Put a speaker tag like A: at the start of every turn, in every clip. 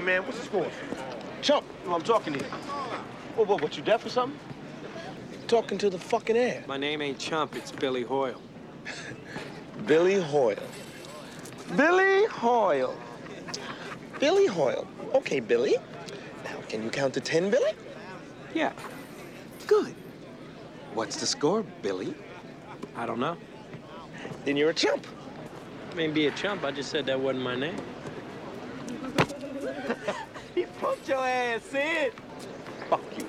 A: for? Chump.
B: No, I'm talking to you. What, what, what, you deaf or something?
A: Talking to the fucking air.
C: My name ain't Chump, it's Billy Hoyle.
A: Billy Hoyle.
B: Billy Hoyle.
A: Billy Hoyle. Okay, Billy. Now, can you count to ten, Billy?
C: Yeah,
A: Good. What's the score, Billy?
C: I don't know.
A: Then you're a chump.
C: I mean, be a chump, I just said that wasn't my name.
B: He pumped your ass, see it? Fuck you.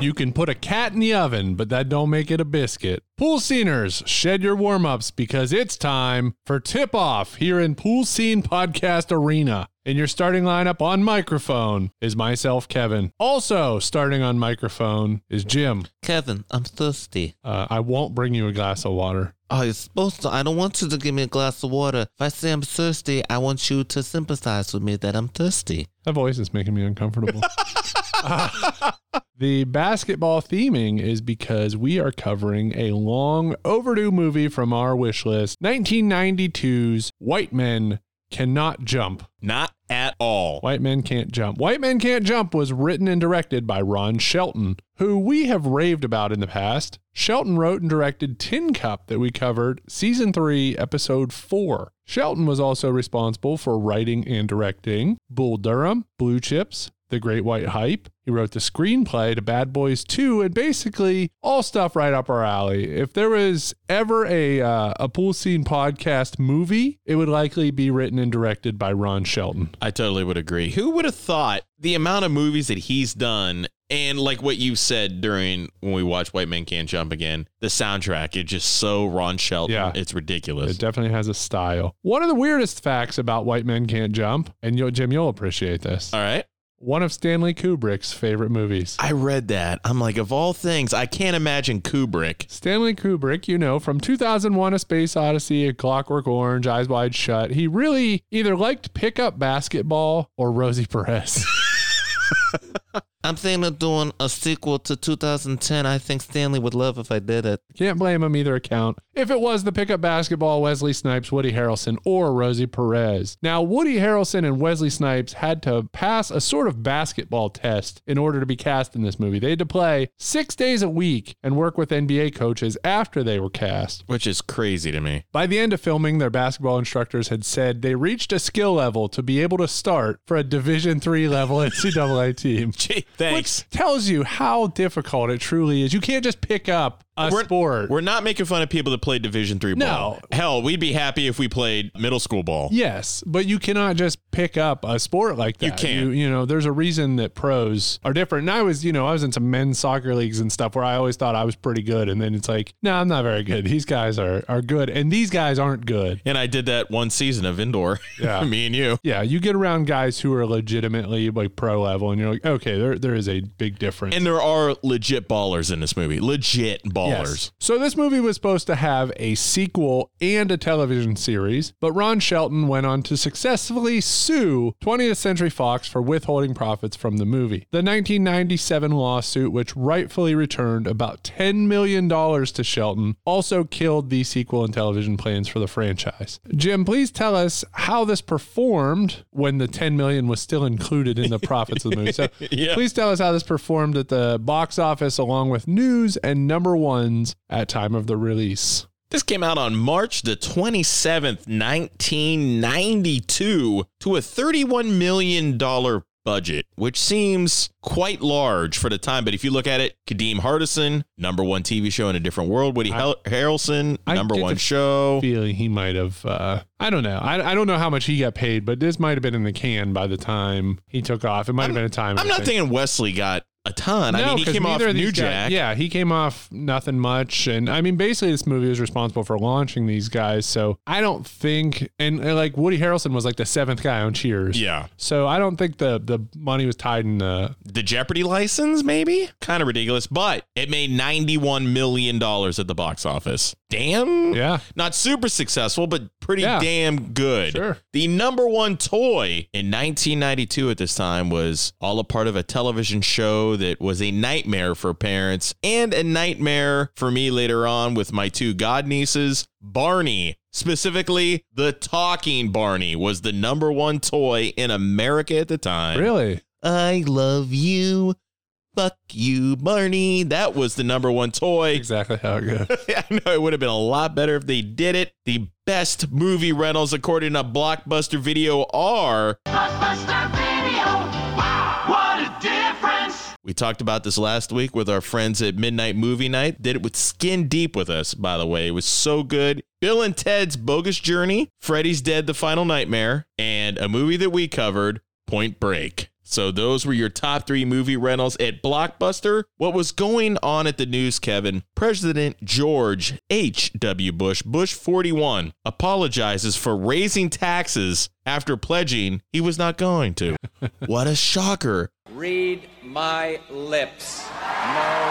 D: You can put a cat in the oven, but that don't make it a biscuit. Pool sceners, shed your warm-ups because it's time for tip-off here in Pool Scene Podcast Arena. In your starting lineup on microphone is myself, Kevin. Also starting on microphone is Jim.
E: Kevin, I'm thirsty.
D: Uh, I won't bring you a glass of water.
E: Oh, you're supposed to. I don't want you to give me a glass of water. If I say I'm thirsty, I want you to sympathize with me that I'm thirsty.
D: That voice is making me uncomfortable. the basketball theming is because we are covering a long overdue movie from our wish list 1992's White Men Cannot Jump.
F: Not at all.
D: White Men Can't Jump. White Men Can't Jump was written and directed by Ron Shelton, who we have raved about in the past. Shelton wrote and directed Tin Cup that we covered season 3, episode 4. Shelton was also responsible for writing and directing Bull Durham, Blue Chips, The Great White Hype. He wrote the screenplay to Bad Boys 2 and basically all stuff right up our alley. If there was ever a uh, a pool scene podcast movie, it would likely be written and directed by Ron Shelton.
F: I totally would agree. Who would have thought the amount of movies that he's done and like what you said during when we watched White Man Can't Jump again, the soundtrack, it's just so Ron Shelton.
D: Yeah.
F: It's ridiculous.
D: It definitely has a style. One of the weirdest facts about White Men Can't Jump, and you'll, Jim, you'll appreciate this.
F: all right.
D: One of Stanley Kubrick's favorite movies.
F: I read that. I'm like, of all things, I can't imagine Kubrick.
D: Stanley Kubrick, you know, from 2001 A Space Odyssey, A Clockwork Orange, Eyes Wide Shut, he really either liked pickup basketball or Rosie Perez.
E: I'm thinking of doing a sequel to 2010. I think Stanley would love if I did it.
D: Can't blame him either account. If it was the pickup basketball, Wesley Snipes, Woody Harrelson, or Rosie Perez. Now, Woody Harrelson and Wesley Snipes had to pass a sort of basketball test in order to be cast in this movie. They had to play six days a week and work with NBA coaches after they were cast.
F: Which is crazy to me.
D: By the end of filming, their basketball instructors had said they reached a skill level to be able to start for a Division III level NCAA team.
F: Gee, thanks.
D: Which tells you how difficult it truly is. You can't just pick up a
F: we're,
D: sport.
F: we're not making fun of people that play Division Three ball.
D: No.
F: Hell, we'd be happy if we played middle school ball.
D: Yes, but you cannot just pick up a sport like that.
F: You can't.
D: You, you know, there's a reason that pros are different. And I was, you know, I was in some men's soccer leagues and stuff where I always thought I was pretty good, and then it's like, no, I'm not very good. These guys are are good, and these guys aren't good.
F: And I did that one season of indoor.
D: Yeah.
F: me and you.
D: Yeah, you get around guys who are legitimately like pro level, and you're like, okay, there there is a big difference.
F: And there are legit ballers in this movie. Legit ballers.
D: Yes. So this movie was supposed to have a sequel and a television series, but Ron Shelton went on to successfully sue 20th Century Fox for withholding profits from the movie. The 1997 lawsuit, which rightfully returned about $10 million to Shelton, also killed the sequel and television plans for the franchise. Jim, please tell us how this performed when the 10 million was still included in the profits of the movie. So
F: Yeah.
D: please tell us how this performed at the box office along with news and number ones at time of the release.
F: This came out on March the 27th, 1992, to a $31 million budget, which seems quite large for the time. But if you look at it, Kadeem Hardison, number one TV show in a different world, Woody Har- Harrelson,
D: I
F: number
D: get
F: one
D: the
F: show.
D: Feeling he might have, uh, I don't know. I, I don't know how much he got paid, but this might have been in the can by the time he took off. It might have been a time.
F: I'm not thinking Wesley got a ton. I mean, he
D: 'cause
F: came off
D: neither of these
F: New
D: guys-
F: Jack.
D: yeah, he came off nothing much, and I mean, basically, this movie was responsible for launching these guys. So I don't think, and, and like Woody Harrelson was like the seventh guy on Cheers.
F: Yeah.
D: So I don't think the the money was tied in the
F: The Jeopardy license, maybe? Kind of ridiculous, but it made $91 million at the box office. damn
D: Yeah.
F: not super successful, but pretty
D: Yeah.
F: damn good.
D: Sure.
F: The number one toy in 1992 at this time was all a part of a television show that was a nightmare for parents and a nightmare for me later on with my two godnieces, Barney. Specifically, the talking Barney was the number one toy in America at the time.
D: Really?
F: I love you. Fuck you, Barney. That was the number one toy.
D: Exactly how it goes.
F: I know it would have been a lot better if they did it. The best movie rentals, according to Blockbuster Video, are. We talked about this last week with our friends at Midnight Movie Night. Did it with Skin Deep with us, by the way. It was so good. Bill and Ted's Bogus Journey, Freddy's Dead, The Final Nightmare, and a movie that we covered, Point Break. So those were your top three movie rentals at Blockbuster. What was going on at the news, Kevin? President George H.W. Bush, Bush 41, apologizes for raising taxes after pledging he was not going to. what a shocker.
B: Read my lips. No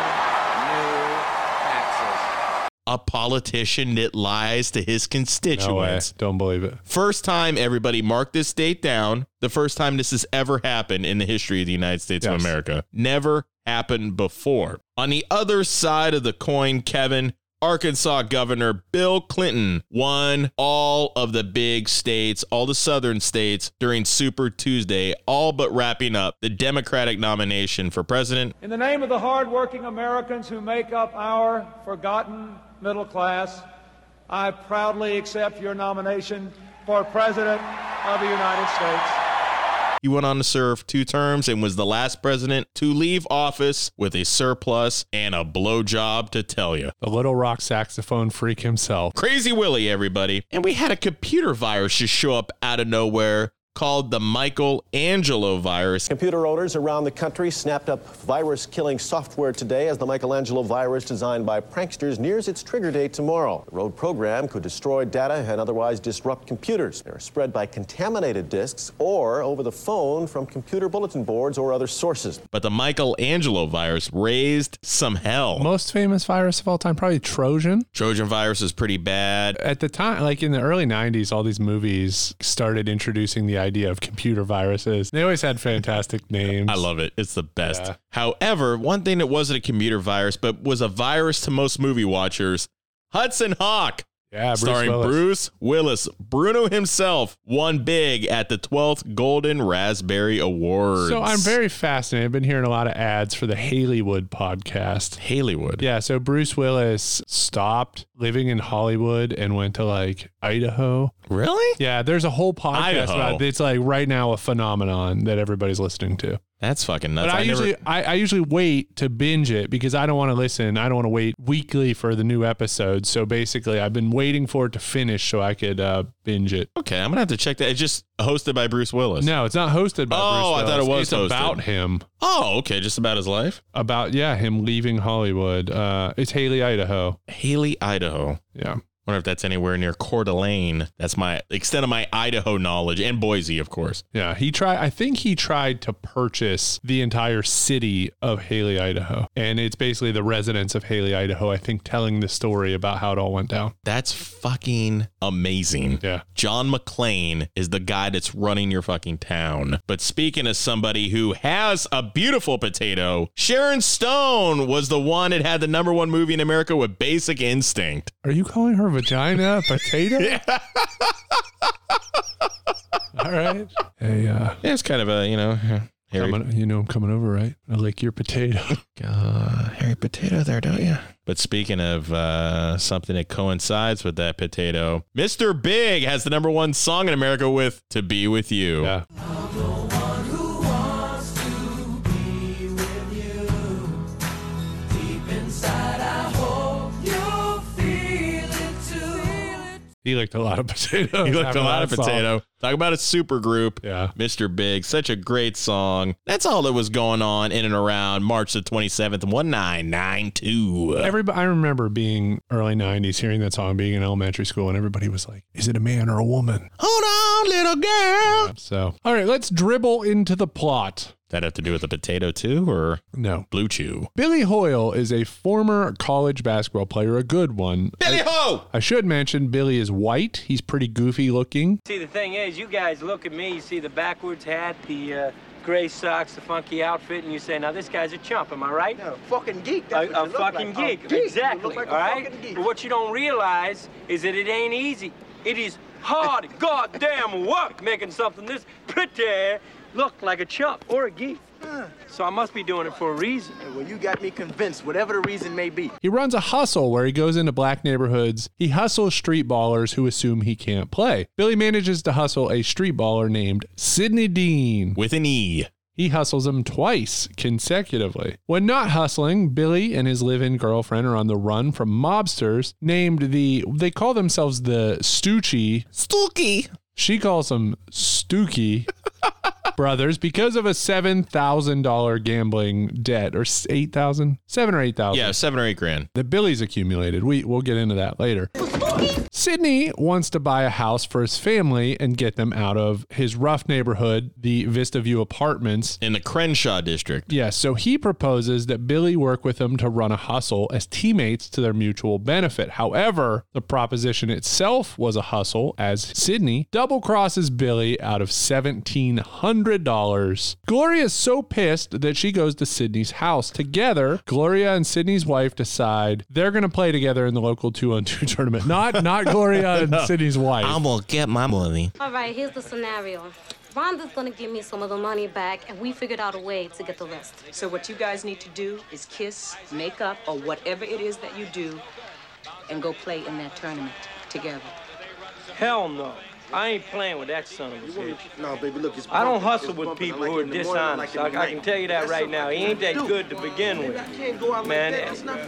B: new taxes.
F: a politician that lies to his
D: No way.
F: constituents.
D: Don't believe it.
F: First time, everybody, mark this date down. The first time this has ever happened in the history of the United States of
D: Yes.
F: America. Never happened before. On the other side of the coin, Kevin, Arkansas Governor Bill Clinton won all of the big states, all the southern states during Super Tuesday, all but wrapping up the Democratic nomination for president.
G: In the name of the hardworking Americans who make up our forgotten middle class, I proudly accept your nomination for President of the United States.
F: He went on to serve two terms and was the last president to leave office with a surplus and a blowjob to tell you.
D: The little rock saxophone freak himself.
F: Crazy Willie, everybody. And we had a computer virus just show up out of nowhere called the Michael Angelo virus.
H: Computer owners around the country snapped up virus killing software today as the Michelangelo virus designed by pranksters nears its trigger date tomorrow. The road program could destroy data and otherwise disrupt computers. They are spread by contaminated disks or over the phone from computer bulletin boards or other sources.
F: But the Michelangelo virus raised some hell.
D: Most famous virus of all time, probably Trojan.
F: Trojan virus is pretty bad.
D: At the time, like in the early 90s, all these movies started introducing the idea of computer viruses. They always had fantastic names.
F: I love it. It's the best. However, one thing that wasn't a computer virus, but was a virus to most movie watchers Hudson Hawk.
D: Yeah, Bruce
F: starring
D: Willis.
F: Bruce Willis. Bruno himself won big at the 12th Golden Raspberry Awards.
D: So I'm very fascinated. I've been hearing a lot of ads for the Haleywood podcast.
F: Haleywood.
D: Yeah, so Bruce Willis stopped living in Hollywood and went to like Idaho.
F: Really?
D: Yeah, there's a whole podcast
F: Idaho.
D: about it's like right now a phenomenon that everybody's listening to.
F: That's fucking
D: But
F: nuts.
D: I,
F: I, never
D: usually I, I usually wait to binge it because I don't want to listen. I don't want to wait weekly for the new episode. So basically, I've been waiting for it to finish so I could uh, binge it.
F: Okay, I'm gonna have to check that. It's just hosted by Bruce Willis.
D: No, it's not hosted by
F: Oh,
D: Bruce
F: I thought it
D: Willis.
F: was
D: It's
F: hosted.
D: about him.
F: Oh, okay, just about his life.
D: About yeah, him leaving Hollywood. Uh, it's Haley, Idaho.
F: Haley, Idaho.
D: Yeah.
F: Wonder if that's anywhere near Coeur d'Alene. That's my extent of my Idaho knowledge. And Boise, of course.
D: Yeah, he tried. I think he tried to purchase the entire city of Haley, Idaho, and it's basically the residents of Haley, Idaho. I think telling the story about how it all went down.
F: That's fucking amazing.
D: Yeah.
F: John McClane is the guy that's running your fucking town. But speaking of somebody who has a beautiful potato, Sharon Stone was the one that had the number one movie in America with Basic Instinct.
D: Are you calling her vagina a potato? all right. Hey, uh,
F: Yeah, it's kind of a, you know, Harry,
D: coming- you know I'm coming over, right? I like your potato.
F: uh, Harry Potato there, don't you? But speaking of uh, something that coincides with that potato, Mr. Big has the number one song in America with To Be With You.
D: Yeah. He liked a lot of potatoes.
F: He looked
D: after
F: a lot of
D: that song.
F: potato. Talk about a super group.
D: Yeah.
F: Mr. Big, such a great song. That's all that was going on in and around March the 27th, 1992.
D: Everybody, I remember being early '90s, hearing that song, being in elementary school, and everybody was like, "Is it a man or a woman?"
F: Hold on, little girl.
D: So, all right, let's dribble into the plot.
F: That have to do with a potato too, or
D: No.
F: blue chew?
D: Billy Hoyle is a former college basketball player, a good one.
F: Billy Ho!
D: I should mention Billy is white. He's pretty goofy looking.
C: See, the thing is, you guys look at me, you see the backwards hat, the uh, gray socks, the funky outfit, and you say, now this guy's a chump, am I right?
B: No, fucking geek.
C: A,
B: That's what
C: a
B: you look
C: fucking
B: like.
C: geek,
B: A You
C: exactly.
B: look like a
C: all right.
B: fucking geek.
C: But what you don't realize is that it ain't easy. It is hard, goddamn work making something this pretty look like a chump or a geek. So I must be doing it for a reason.
B: Well, you got me convinced, whatever the reason may be.
D: He runs a hustle where he goes into black neighborhoods. He hustles street ballers who assume he can't play. Billy manages to hustle a street baller named Sidney Dean.
F: With an E.
D: He hustles him twice consecutively. When not hustling, Billy and his live in girlfriend are on the run from mobsters named the, they call themselves the Stoochie.
E: Stooky.
D: She calls them Stooky brothers because of a $7,000 gambling debt or 8,000, 7 or 8,000
F: Yeah, seven or eight grand.
D: that Billy's accumulated. We we'll get into that later. Sydney wants to buy a house for his family and get them out of his rough neighborhood, the Vista View apartments.
F: In the Crenshaw district.
D: Yes, so he proposes that Billy work with him to run a hustle as teammates to their mutual benefit. However, the proposition itself was a hustle as Sydney double crosses Billy out of $1,700. Gloria is so pissed that she goes to Sydney's house. Together, Gloria and Sydney's wife decide they're going to play together in the local two on two tournament. Not not Gloria and Sydney's wife.
E: I'm gonna get my money.
I: All right, here's the scenario. Rhonda's gonna give me some of the money back, and we figured out a way to get the rest.
J: So what you guys need to do is kiss, make up, or whatever it is that you do, and go play in that tournament together.
C: Hell no. I ain't playing with that son of a bitch.
B: No, baby, look, it's
C: I don't
B: pumping.
C: hustle
B: It's
C: with
B: pumping. I
C: people
B: like it
C: who are
B: in the morning, I like
C: dishonest.
B: it in
C: I,
B: the
C: I can
B: night.
C: tell you that
B: That's
C: right
B: something
C: now.
B: I
C: He ain't that
B: do.
C: good to begin
B: Baby,
C: with.
B: I can't go out like
C: Man,
B: that. That's not
C: the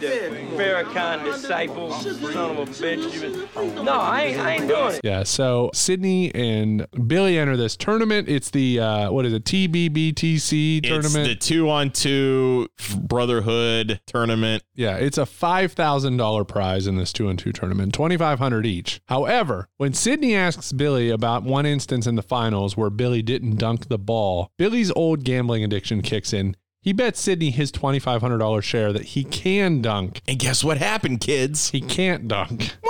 B: fair. Come on.
C: Farrakhan disciple, son of a bitch. You- No, I ain't, I ain't doing it.
D: Yeah, so Sydney and Billy enter this tournament. It's the uh, what is it? TBBTC
F: It's
D: tournament.
F: the two on two brotherhood tournament.
D: Yeah, it's a five thousand dollar prize in this two and two tournament, twenty five hundred each. However, when Sydney asks Billy about one instance in the finals where Billy didn't dunk the ball, Billy's old gambling addiction kicks in. He bets Sydney his twenty five hundred dollar share that he can dunk.
F: And guess what happened, kids?
D: He can't dunk.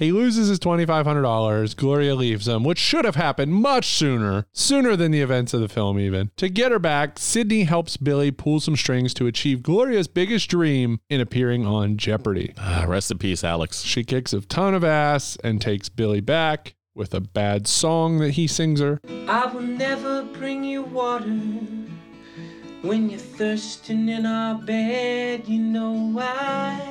D: He loses his $2,500. Gloria leaves him, which should have happened much sooner, sooner than the events of the film, even. To get her back, Sydney helps Billy pull some strings to achieve Gloria's biggest dream in appearing on Jeopardy.
F: Ah, rest in peace, Alex.
D: She kicks a ton of ass and takes Billy back with a bad song that he sings her.
C: I will never bring you water when you're thirsting in our bed. You know I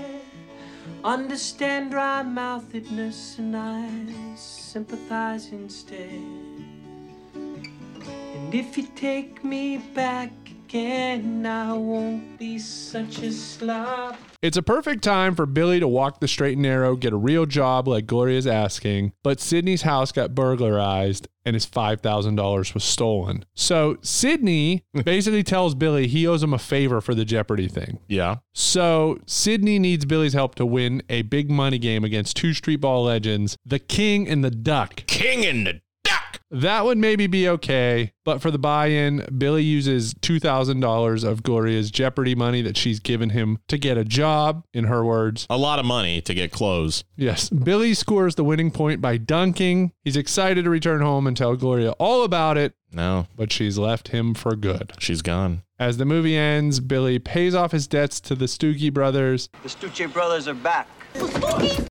C: understand dry mouthedness and I sympathize instead. And if you take me back again, I won't be such a slob.
D: It's a perfect time for Billy to walk the straight and narrow, get a real job like Gloria's asking, but Sydney's house got burglarized and his $5,000 was stolen. So Sydney basically tells Billy he owes him a favor for the Jeopardy thing.
F: Yeah.
D: So Sydney needs Billy's help to win a big money game against two street ball legends, the King and the Duck.
F: King and the duck.
D: That would maybe be okay, but for the buy in, Billy uses $2,000 of Gloria's Jeopardy money that she's given him to get a job, in her words.
F: A lot of money to get clothes.
D: Yes, Billy scores the winning point by dunking. He's excited to return home and tell Gloria all about it,
F: No,
D: but she's left him for good.
F: she's gone.
D: As the movie ends, Billy pays off his debts to the Stoogie brothers
B: The Stucci brothers are back.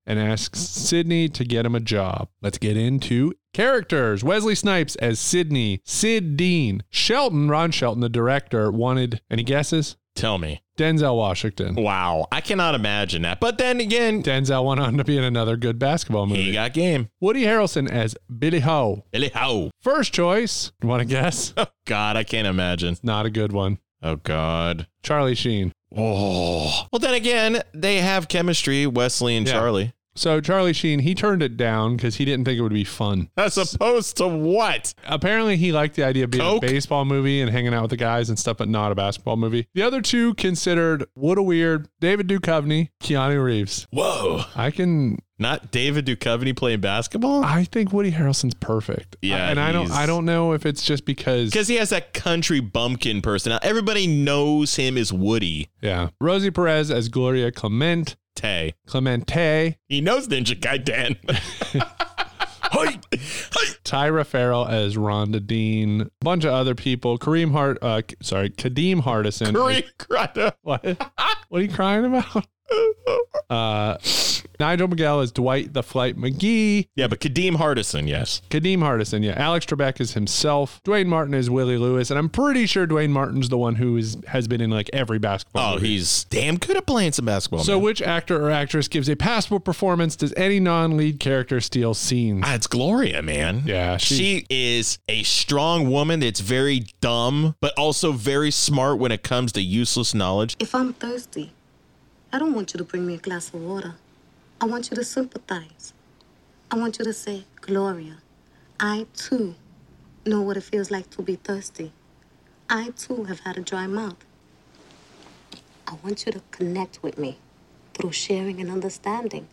D: and asks Sidney to get him a job. Let's get into characters. Wesley Snipes as Sidney, Sid Dean, Shelton, Ron Shelton, the director, wanted any guesses?
F: Tell me.
D: Denzel Washington.
F: Wow. I cannot imagine that. But then again,
D: Denzel went on to be in another good basketball
F: he
D: movie.
F: got game.
D: Woody Harrelson as Billy Ho.
F: Billy Ho.
D: First choice. Want to guess?
F: Oh, God. I can't imagine.
D: Not a good one.
F: Oh, God.
D: Charlie Sheen.
F: Oh. Well, then again, they have chemistry, Wesley and
D: Yeah.
F: Charlie.
D: So Charlie Sheen, he turned it down because he didn't think it would be fun.
F: As opposed to what?
D: Apparently, he liked the idea of being
F: Coke?
D: a baseball movie and hanging out with the guys and stuff, but not a basketball movie. The other two considered What a Weird, David Duchovny, Keanu Reeves.
F: Whoa.
D: I can
F: Not David Duchovny playing basketball?
D: I think Woody Harrelson's perfect.
F: Yeah,
D: and I don't
F: he's-
D: I don't know if it's just because
F: Because he has that country bumpkin person. Everybody knows him as Woody
D: yeah, Rosie Perez as Gloria Clement
F: Tay.
D: Clemente,
F: He knows Ninja Gaiden. Hi. Hi.
D: Tyra Farrell as Rhonda Dean, a bunch of other people. Kareem Hart, uh, K- sorry, Kadeem Hardison.
F: Kareem Carter.
D: What? what are you crying about? Uh, Nigel Miguel is Dwight the Flight McGee.
F: Yeah, but Kadeem Hardison, yes.
D: Kadeem Hardison, yeah. Alex Trebek is himself. Dwayne Martin is Willie Lewis, and I'm pretty sure Dwayne Martin's the one who is has been in like every basketball.
F: Oh,
D: movie.
F: he's damn good at playing some basketball.
D: So,
F: man.
D: which actor or actress gives a passable performance? Does any non-lead character steal scenes?
F: Ah, it's Gloria, man.
D: Yeah, she-
F: She, is a strong woman that's very dumb, but also very smart when it comes to useless knowledge.
I: If I'm thirsty, I don't want you to bring me a glass of water. I want you to sympathize. I want you to say, Gloria, I too know what it feels like to be thirsty. I too have had a dry mouth. I want you to connect with me through sharing and understanding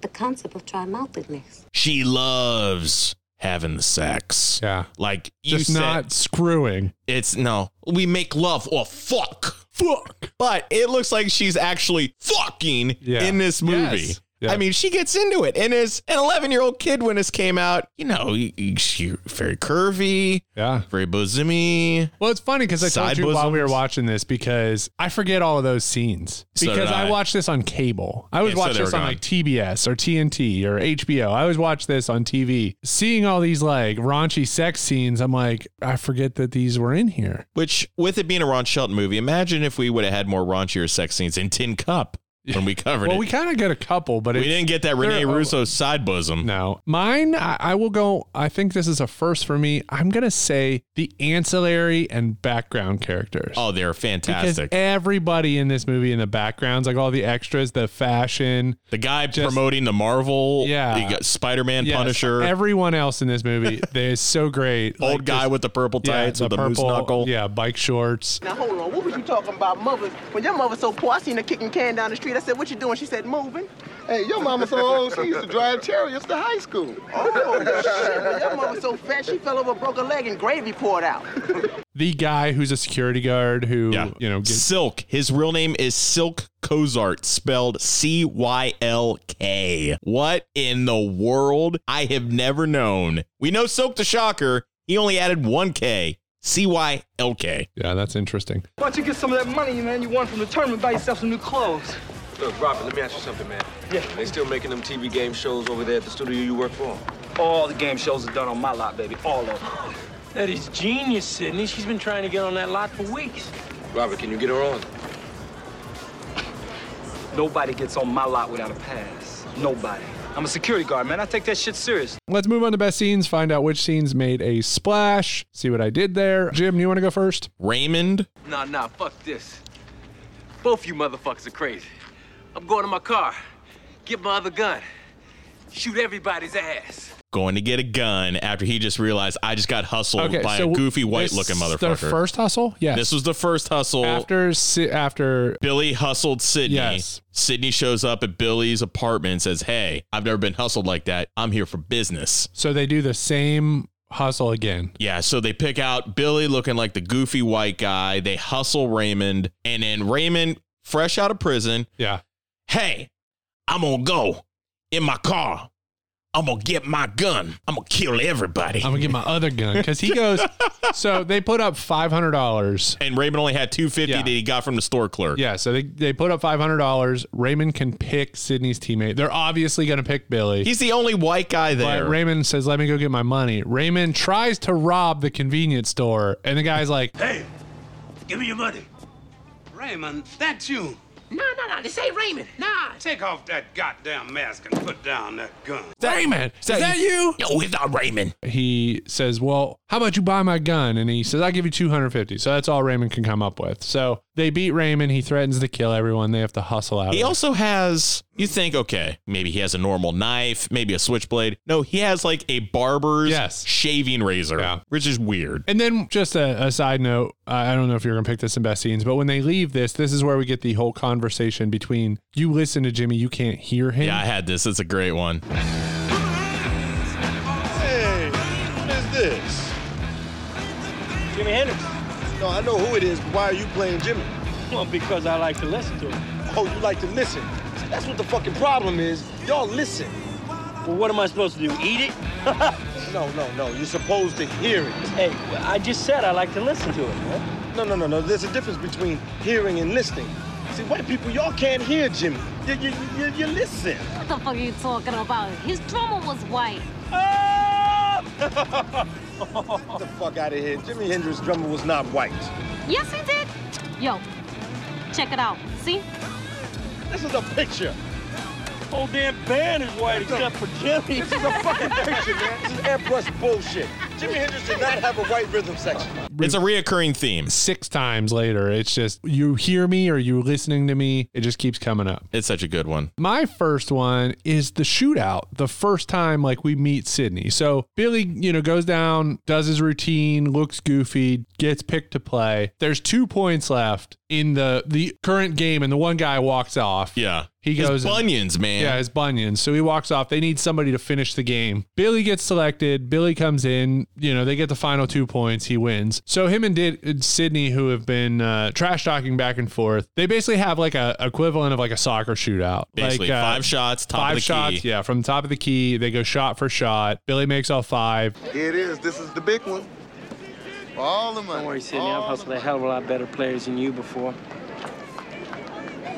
I: the concept of dry mouthedness.
F: She loves having the sex.
D: yeah,
F: Like you
D: just
F: said,
D: not screwing.
F: it's no. We make love or fuck.
D: Fuck.
F: But it looks like she's actually fucking
D: Yeah.
F: in this movie.
D: Yes. Yeah.
F: I mean, she gets into it. And as an 11 year old kid, when this came out, you know, y- y- she very curvy,
D: Yeah.
F: very bosomy.
D: Well, it's funny because I told
F: Side
D: you while we were
F: bosoms?
D: watching this because I forget all of those scenes
F: So
D: because
F: did
D: I.
F: I.
D: watched this on cable. I always
F: Yeah, so
D: watch
F: they
D: this
F: were
D: on
F: gone.
D: like TBS or TNT or HBO. I always watch this on TV. Seeing all these like raunchy sex scenes, I'm like, I forget that these were in here.
F: Which, with it being a Ron Shelton movie, imagine if we would have had more raunchier sex scenes in Tin Cup when we covered
D: Well,
F: it.
D: we kind of get a couple, but
F: We,
D: it's-
F: didn't get that
D: they're-
F: Rene
D: oh,
F: Russo side bosom.
D: No, mine. I, I will go. I think this is a first for me. I'm gonna say the ancillary and background characters.
F: Oh, they're
D: because
F: fantastic.
D: everybody in this movie in the backgrounds, like all the extras, the fashion,
F: the guy
D: just-
F: promoting the Marvel,
D: Yeah.
F: Spider Man,
D: Yes,
F: Punisher,
D: Everyone else in this movie, they is so great.
F: old
D: Like,
F: guy
D: just-
F: with the purple
D: yeah,
F: tights with the, moose knuckle.
D: Yeah, bike shorts.
B: Now hold on, what were you talking about, mothers? When your mother's so poor, I seen her kicking can down the street. I said, "What you doing?" She said, "Moving."
A: Hey, your mama so old, she used to drive chariots to high school.
B: Oh shit! When your mother's so fat, she fell over, broke her leg, and gravy poured out.
D: The guy who's a security guard who,
F: Yeah.
D: you know, gets,
F: Silk. His real name is Silk Cozart, spelled C Y L K. What in the world? I have never known. We know Silk the Shocker. He only added one K. C Y L K.
D: yeah, that's interesting.
B: Why don't you get some of that money, man? You won from the tournament, buy yourself some new clothes.
K: Look, Robert, let me ask you something, man.
B: Yeah.
K: They still making them TV game shows over there at the studio you work for?
B: All the game shows are done on my lot, baby. All of them.
C: That is genius, Sydney. She's been trying to get on that lot for weeks.
K: Robert, can you get her on?
B: Nobody gets on my lot without a pass. Nobody. I'm a security guard, man. I take that shit serious.
D: Let's move on to best scenes, find out which scenes made a splash, see what I did there. Jim, you want to go first?
F: Raymond.
B: Nah, nah, fuck this. Both you motherfuckers are crazy. I'm going to my car, get my other gun, shoot everybody's ass.
F: Going to get a gun after he just realized I just got hustled by a goofy white looking
D: this-
F: motherfucker.
D: Their first hustle? Yes.
F: this was the first hustle.
D: after, si- after,
F: Billy hustled Sydney.
D: Yes.
F: Sydney shows up at Billy's apartment and says, Hey, I've never been hustled like that. I'm here for business.
D: so they do the same hustle again.
F: Yeah, so they pick out Billy looking like the goofy white guy. They hustle Raymond, and then Raymond, fresh out of prison,
D: Yeah.
F: hey, I'm gonna go in my car. I'm gonna get my gun. I'm gonna kill everybody.
D: I'm gonna get my other gun because he goes. so they put up five hundred dollars.
F: and Raymond only had 250
D: Yeah.
F: that he got from the store clerk.
D: Yeah, so they, they put up five hundred dollars. Raymond can pick Sydney's teammate. They're obviously gonna pick Billy.
F: He's the only white guy there.
D: but Raymond says, "Let me go get my money." Raymond tries to rob the convenience store, and the guy's like,
B: Hey, give me your money.
K: Raymond, that's you.
B: No, no, no, this ain't Raymond. Nah.
K: Take off that goddamn mask and put down that gun.
D: "Raymond, is that you?"
F: no, it's not Raymond.
D: He says, "Well, how about you buy my gun?" And he says, "I'll give you two hundred fifty. So that's all Raymond can come up with. So they beat Raymond. He threatens to kill everyone. They have to hustle out.
F: He
D: of
F: also has, you think, okay, maybe he has a normal knife, maybe a switchblade. No, he has like a barber's
D: Yes.
F: shaving razor,
D: Yeah.
F: which is weird.
D: And then just a, a side note, I I don't know if you're gonna pick this in best scenes, but when they leave this, this is where we get the whole conversation between you listen to Jimmy, you can't hear him.
F: Yeah, I had this. It's a great one.
L: Hey, what is this? Jimmy Hendrix. No, I know who it is, but why are you playing Jimmy? Well, because I like to listen to him. Oh, you like to listen? See, that's what the fucking problem is. Y'all listen. Well, what am I supposed to do? Eat it? no, no, no. You're supposed to hear it. Hey, I just said I like to listen to it. No, no, no, no. There's a difference between hearing and listening. See, white people, y'all can't hear Jimmy. You, you, you, you listen.
M: What the fuck are you talking about? His drummer was white.
L: Get the fuck out of here. Jimi Hendrix drummer was not white.
M: Yes, he did. Yo, check it out. See?
L: This is a picture. Whole damn band is white except for Jimmy. This is a fucking picture, man. This is airbrush bullshit. Jimi Hendrix did not have a white rhythm section.
F: It's a reoccurring theme.
D: Six times later, it's just you hear me or you listening to me. It just keeps coming up.
F: It's such a good one.
D: My first one is the shootout. The first time like we meet Sydney. So Billy, you know, goes down, does his routine, looks goofy, gets picked to play. There's two points left in the the current game, and the one guy walks off.
F: Yeah.
D: He
F: His
D: goes and-
F: bunions, man.
D: Yeah, his bunions. So he walks off. They need somebody to finish the game. Billy gets selected. Billy comes in. You know, they get the final two points. He wins. So him and Did- and Sydney, who have been uh, trash talking back and forth, they basically have like a equivalent of like a soccer shootout.
F: Basically,
D: like, uh,
F: five shots, top
D: five
F: of the
D: shots.
F: key.
D: Yeah, from the top of the key, they go shot for shot. Billy makes all five.
N: Here it is. This is the big one. All the money.
O: Don't worry, Sidney. I've hustled a hell of a lot better players than you before.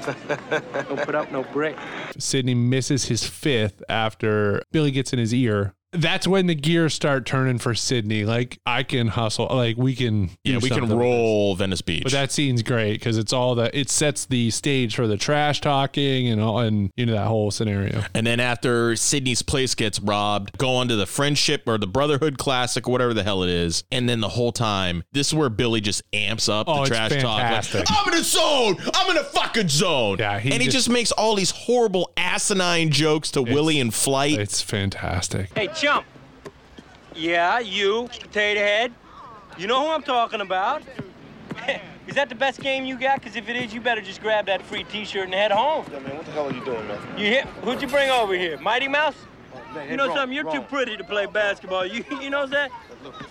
O: Don't put up no brick.
D: Sydney misses his fifth after Billy gets in his ear. That's when the gears start turning for Sydney. Like I can hustle. Like we can. do
F: Yeah, we can
D: something.
F: roll Venice Beach.
D: But that scene's great because it's all the it sets the stage for the trash talking and all and you know that whole scenario.
F: And then after Sydney's place gets robbed, go on to the friendship or the brotherhood classic, whatever the hell it is. And then the whole time, this is where Billy just amps up
D: Oh,
F: the
D: it's
F: trash
D: fantastic.
F: talk. Like, I'm in a zone. I'm in a fucking zone. Yeah,
D: he
F: and he
D: just-
F: just makes all these horrible asinine jokes to Willie in flight.
D: It's fantastic.
N: Hey, chump. Yeah, you, potato head. You know who I'm talking about.
O: Is that the best game you got? Because if it is, you better just grab that free T-shirt and head home. Yeah, man. What the hell are you doing, man? You hear? Who'd you bring over here? Mighty Mouse? you know
N: wrong,
O: something? You're too
N: wrong.
O: pretty to play basketball. You you know that?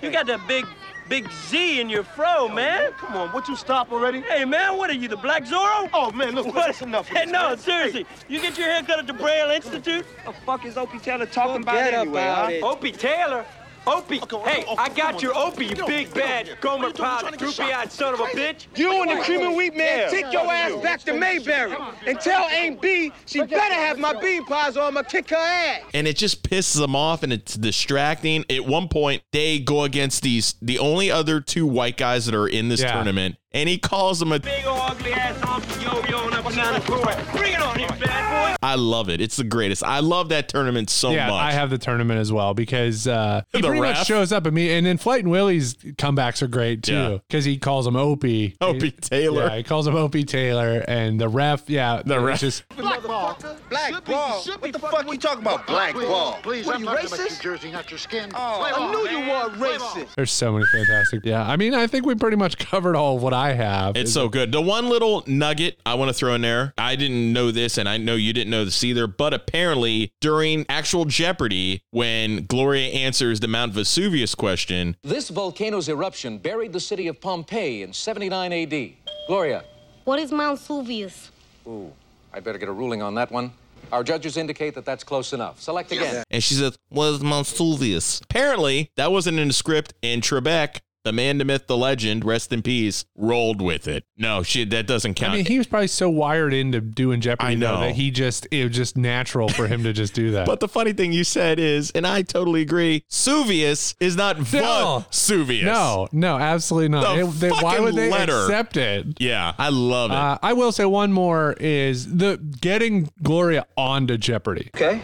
O: You got that big big Z in your fro, man. Come on, would you stop already? Hey, man, what are you, the Black Zorro? Oh man, look, what? That's enough. Hey, no, seriously. You get your hair cut at the Braille Institute? The fuck is Opie Taylor talking
N: Forget about it.
O: Opie Taylor. Opie, hey, I got your Opie, you big bad Gomer Pyle,
N: get shot?
O: droopy-eyed son of a bitch.
N: You and the cream and wheat man,
O: Yeah.
N: take your ass back to Mayberry and tell Aunt B she better have my bean pies or I'ma kick her ass.
F: and it just pisses them off and it's distracting. At one point, they go against these the only other two white guys that are in this tournament, and he calls them a.
O: Big old ugly ass honky yo-yo and up and down the court. Bring it on here, bad boy.
F: I love it. It's the greatest. I love that tournament so
D: yeah,
F: much.
D: I have the tournament as well because uh, he
F: The
D: pretty
F: ref.
D: much shows up at me. And then Flight and Willie's comebacks are great
F: Yeah.
D: too because he calls him Opie.
F: Opie
D: He-
F: Taylor.
D: Yeah, he calls him Opie Taylor. And the ref, yeah,
F: The
D: it's
F: ref.
D: just-
N: Black ball. Black ball. What the fuck you talking about? Black ball. Please, what, you racist? jersey, not your skin. Oh, I knew you were a racist.
D: there's so many fantastic. Yeah, I mean, I think we pretty much covered all of what I have.
F: It's so good. The one little nugget I want to throw in there. I didn't know this, and I know you didn't know this either. But apparently, during actual Jeopardy, when Gloria answers the Mount Vesuvius question,
P: This volcano's eruption buried the city of Pompeii in 79 AD. Gloria.
M: What is Mount Vesuvius?
P: Ooh, I'd better get a ruling on that one. Our judges indicate that that's close enough. Select again.
F: and she says, "Was Mount Vesuvius?" Apparently, that wasn't in the script. And Trebek, the man, the myth, the legend, rest in peace, rolled with it. No, she that doesn't count.
D: I mean, he was probably so wired into doing Jeopardy.
F: I
D: though,
F: know.
D: that he just it was just natural for him to just do that.
F: but the funny thing you said is, and I totally agree, Suvius is not
D: No.
F: Vesuvius.
D: No, no, absolutely not.
F: The
D: It- they- why
F: fucking
D: would they
F: letter.
D: accept it?
F: Yeah, I love it.
D: Uh, I will say one more is the getting Gloria onto Jeopardy.
O: Okay.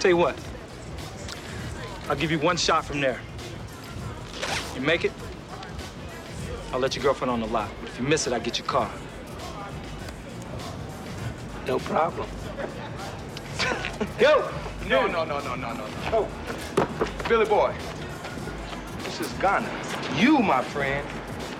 O: Tell you what, I'll give you one shot from there. You make it, I'll let your girlfriend on the lot. But if you miss it, I get your car. No problem. Go! No, no, no, no, no, no. Go.
N: Billy boy, this is Ghana. You, my friend,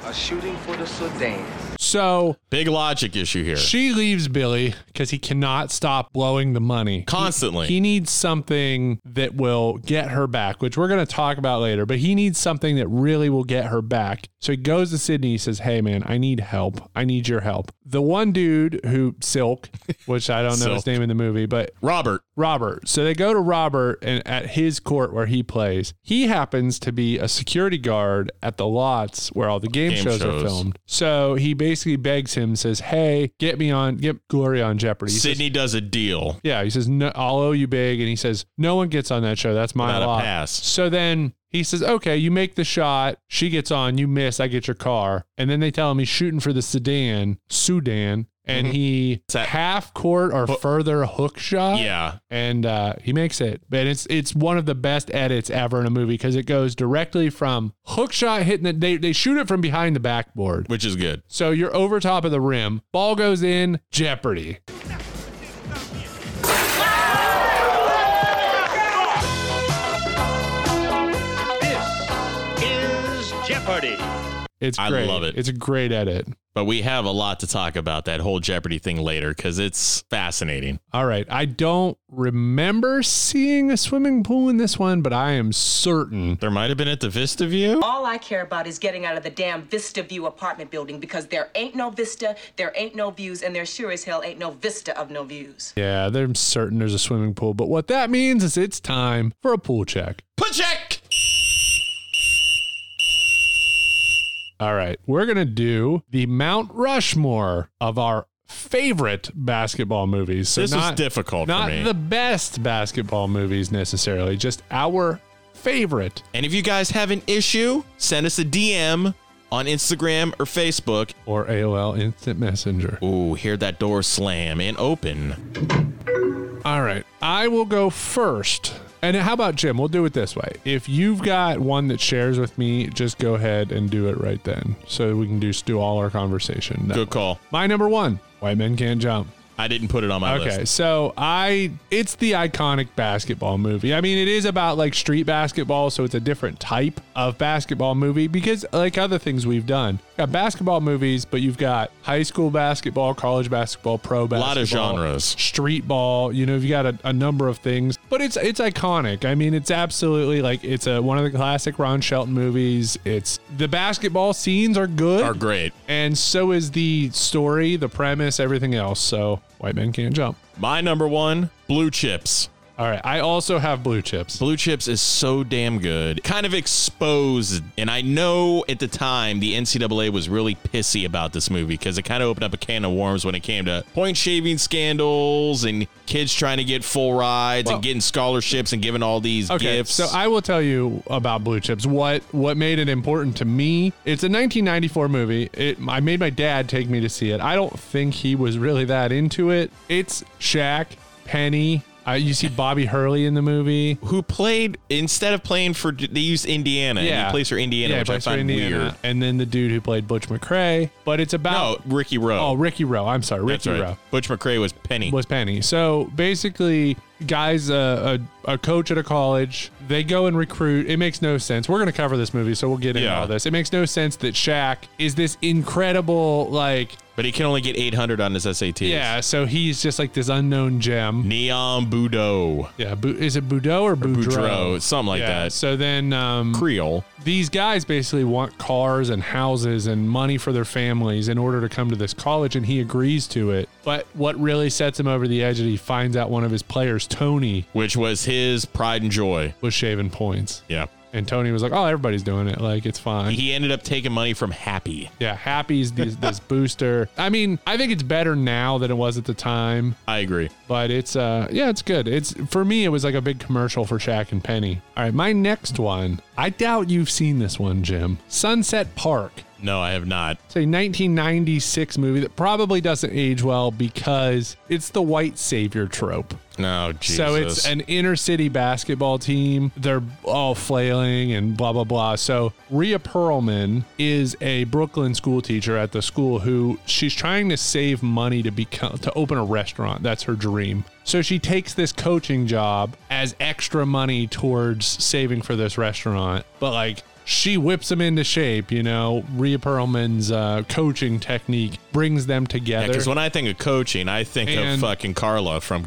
N: are shooting for the Sudan.
D: So
F: big logic issue here.
D: She leaves Billy because he cannot stop blowing the money
F: Constantly.
D: He, he needs something that will get her back, which we're going to talk about later, but he needs something that really will get her back. So he goes to Sydney. He says, Hey, man, I need help. I need your help. The one dude who, Silk, which I don't know his
F: Silk.
D: name in the movie, but
F: Robert.
D: Robert. So they go to Robert and at his court where he plays. He happens to be a security guard at the lots where all the game,
F: Game
D: shows, are
F: shows.
D: filmed. So he basically begs him, says, "Hey, get me on, get Glory on Jeopardy." He says-
F: Sydney does a deal.
D: yeah, he says, no, "I'll owe you big," and he says, "No one gets on that show. That's my
F: Without a
D: lot."
F: pass.
D: So then he says, "Okay, you make the shot. She gets on. You miss. I get your car." And then they tell him he's shooting for the Sudan, Sudan, and
F: Mm-hmm.
D: he half court or further hook shot.
F: Yeah.
D: and uh, he makes it. And it's it's one of the best edits ever in a movie because it goes directly from hook shot hitting the they they shoot it from behind the backboard,
F: which is good.
D: So you're over top of the rim. Ball goes in. Jeopardy.
Q: Is Jeopardy.
D: It's
F: I
D: great.
F: love it.
D: It's a great edit.
F: But we have a lot to talk about that whole Jeopardy thing later because it's fascinating.
D: All right. I don't remember seeing a swimming pool in this one, but I am certain
F: there might have been at the Vista View.
J: All I care about is getting out of the damn Vista View apartment building because there ain't no Vista, there ain't no views, and there sure as hell ain't no Vista of no views.
D: Yeah, I'm certain there's a swimming pool, but what that means is it's time for a pool check.
F: Pool check!
D: All right, we're going to do the Mount Rushmore of our favorite basketball movies. So
F: This was
D: not,
F: difficult for
D: Not
F: me.
D: the best basketball movies necessarily, just our favorite.
F: And if you guys have an issue, send us a DM on Instagram or Facebook.
D: Or AOL Instant Messenger.
F: Ooh, hear that door slam and open.
D: All right, I will go first. And how about Jim? We'll do it this way. If you've got one that shares with me, just go ahead and do it right then, so we can just do all our conversation. that
F: Good call.
D: My number one, White Men Can't Jump.
F: I didn't put it on my
D: okay,
F: list.
D: so I it's the iconic basketball movie. I mean, it is about like street basketball, so it's a different type of basketball movie because like other things we've done, you've got basketball movies, but you've got high school basketball, college basketball, pro
F: A
D: basketball,
F: lot of genres.
D: street ball. You know, you got a, a number of things, but it's it's iconic. I mean, it's absolutely like it's a one of the classic Ron Shelton movies. It's the basketball scenes are good,
F: Are great.
D: and so is the story, the premise, everything else. So white men can't jump.
F: My number one, blue chips.
D: All right, I also have blue chips.
F: Blue chips is so damn good. Kind of exposed, and I know at the time the NCAA was really pissy about this movie because it kind of opened up a can of worms when it came to point shaving scandals and kids trying to get full rides and getting scholarships and giving all these
D: Okay,
F: gifts.
D: so I will tell you about Blue Chips. What what made it important to me? It's a 1994 movie. It, I made my dad take me to see it. I don't think he was really that into it. It's Shaq, Penny. Uh, you see Bobby Hurley in the movie.
F: who played instead of playing for they used Indiana. and
D: Yeah.
F: he plays for Indiana,
D: Yeah, he
F: which I
D: plays for
F: find
D: Indiana.
F: weird.
D: And then the dude who played Butch McRae. But it's about
F: no, Ricky Rowe.
D: oh Ricky Rowe. I'm sorry,
F: That's
D: Ricky
F: right.
D: Rowe.
F: Butch McRae was Penny.
D: was Penny. So basically, guys, uh, a, a coach at a college, they go and recruit. It makes no sense. We're going to cover this movie, so we'll get into
F: Yeah.
D: all this. It makes no sense that Shaq is this incredible, like,
F: but he can only get 800 on his SATs.
D: yeah, so he's just like this unknown gem.
F: Neon Boudreaux.
D: Yeah, Bu- is it Boudreaux or Boudreaux?
F: Boudreaux, something like
D: Yeah,
F: that.
D: So then um,
F: Creole.
D: these guys basically want cars and houses and money for their families in order to come to this college, and he agrees to it. But what really sets him over the edge is he finds out one of his players, Tony,
F: Which was his pride and joy.
D: was shaving points.
F: Yeah.
D: And Tony was like, "Oh, everybody's doing it. Like it's fine."
F: He ended up taking money from Happy.
D: yeah, Happy's this, this booster. I mean, I think it's better now than it was at the time,
F: I agree.
D: but it's uh yeah, it's good. It's for me it was like a big commercial for Shaq and Penny. All right, my next one. I doubt you've seen this one, Jim. Sunset Park.
F: No, I have not.
D: It's a 1996 movie that probably doesn't age well because it's the white savior trope.
F: No, Jesus.
D: So it's an inner city basketball team. They're all flailing and blah, blah, blah. So Rhea Perlman is a Brooklyn school teacher at the school who she's trying to save money to become to open a restaurant. That's her dream. So she takes this coaching job as extra money towards saving for this restaurant. But like she whips them into shape. You know, Rhea Perlman's uh, coaching technique brings them together.
F: Because when I think of coaching, I think of
D: And-
F: fucking Carla from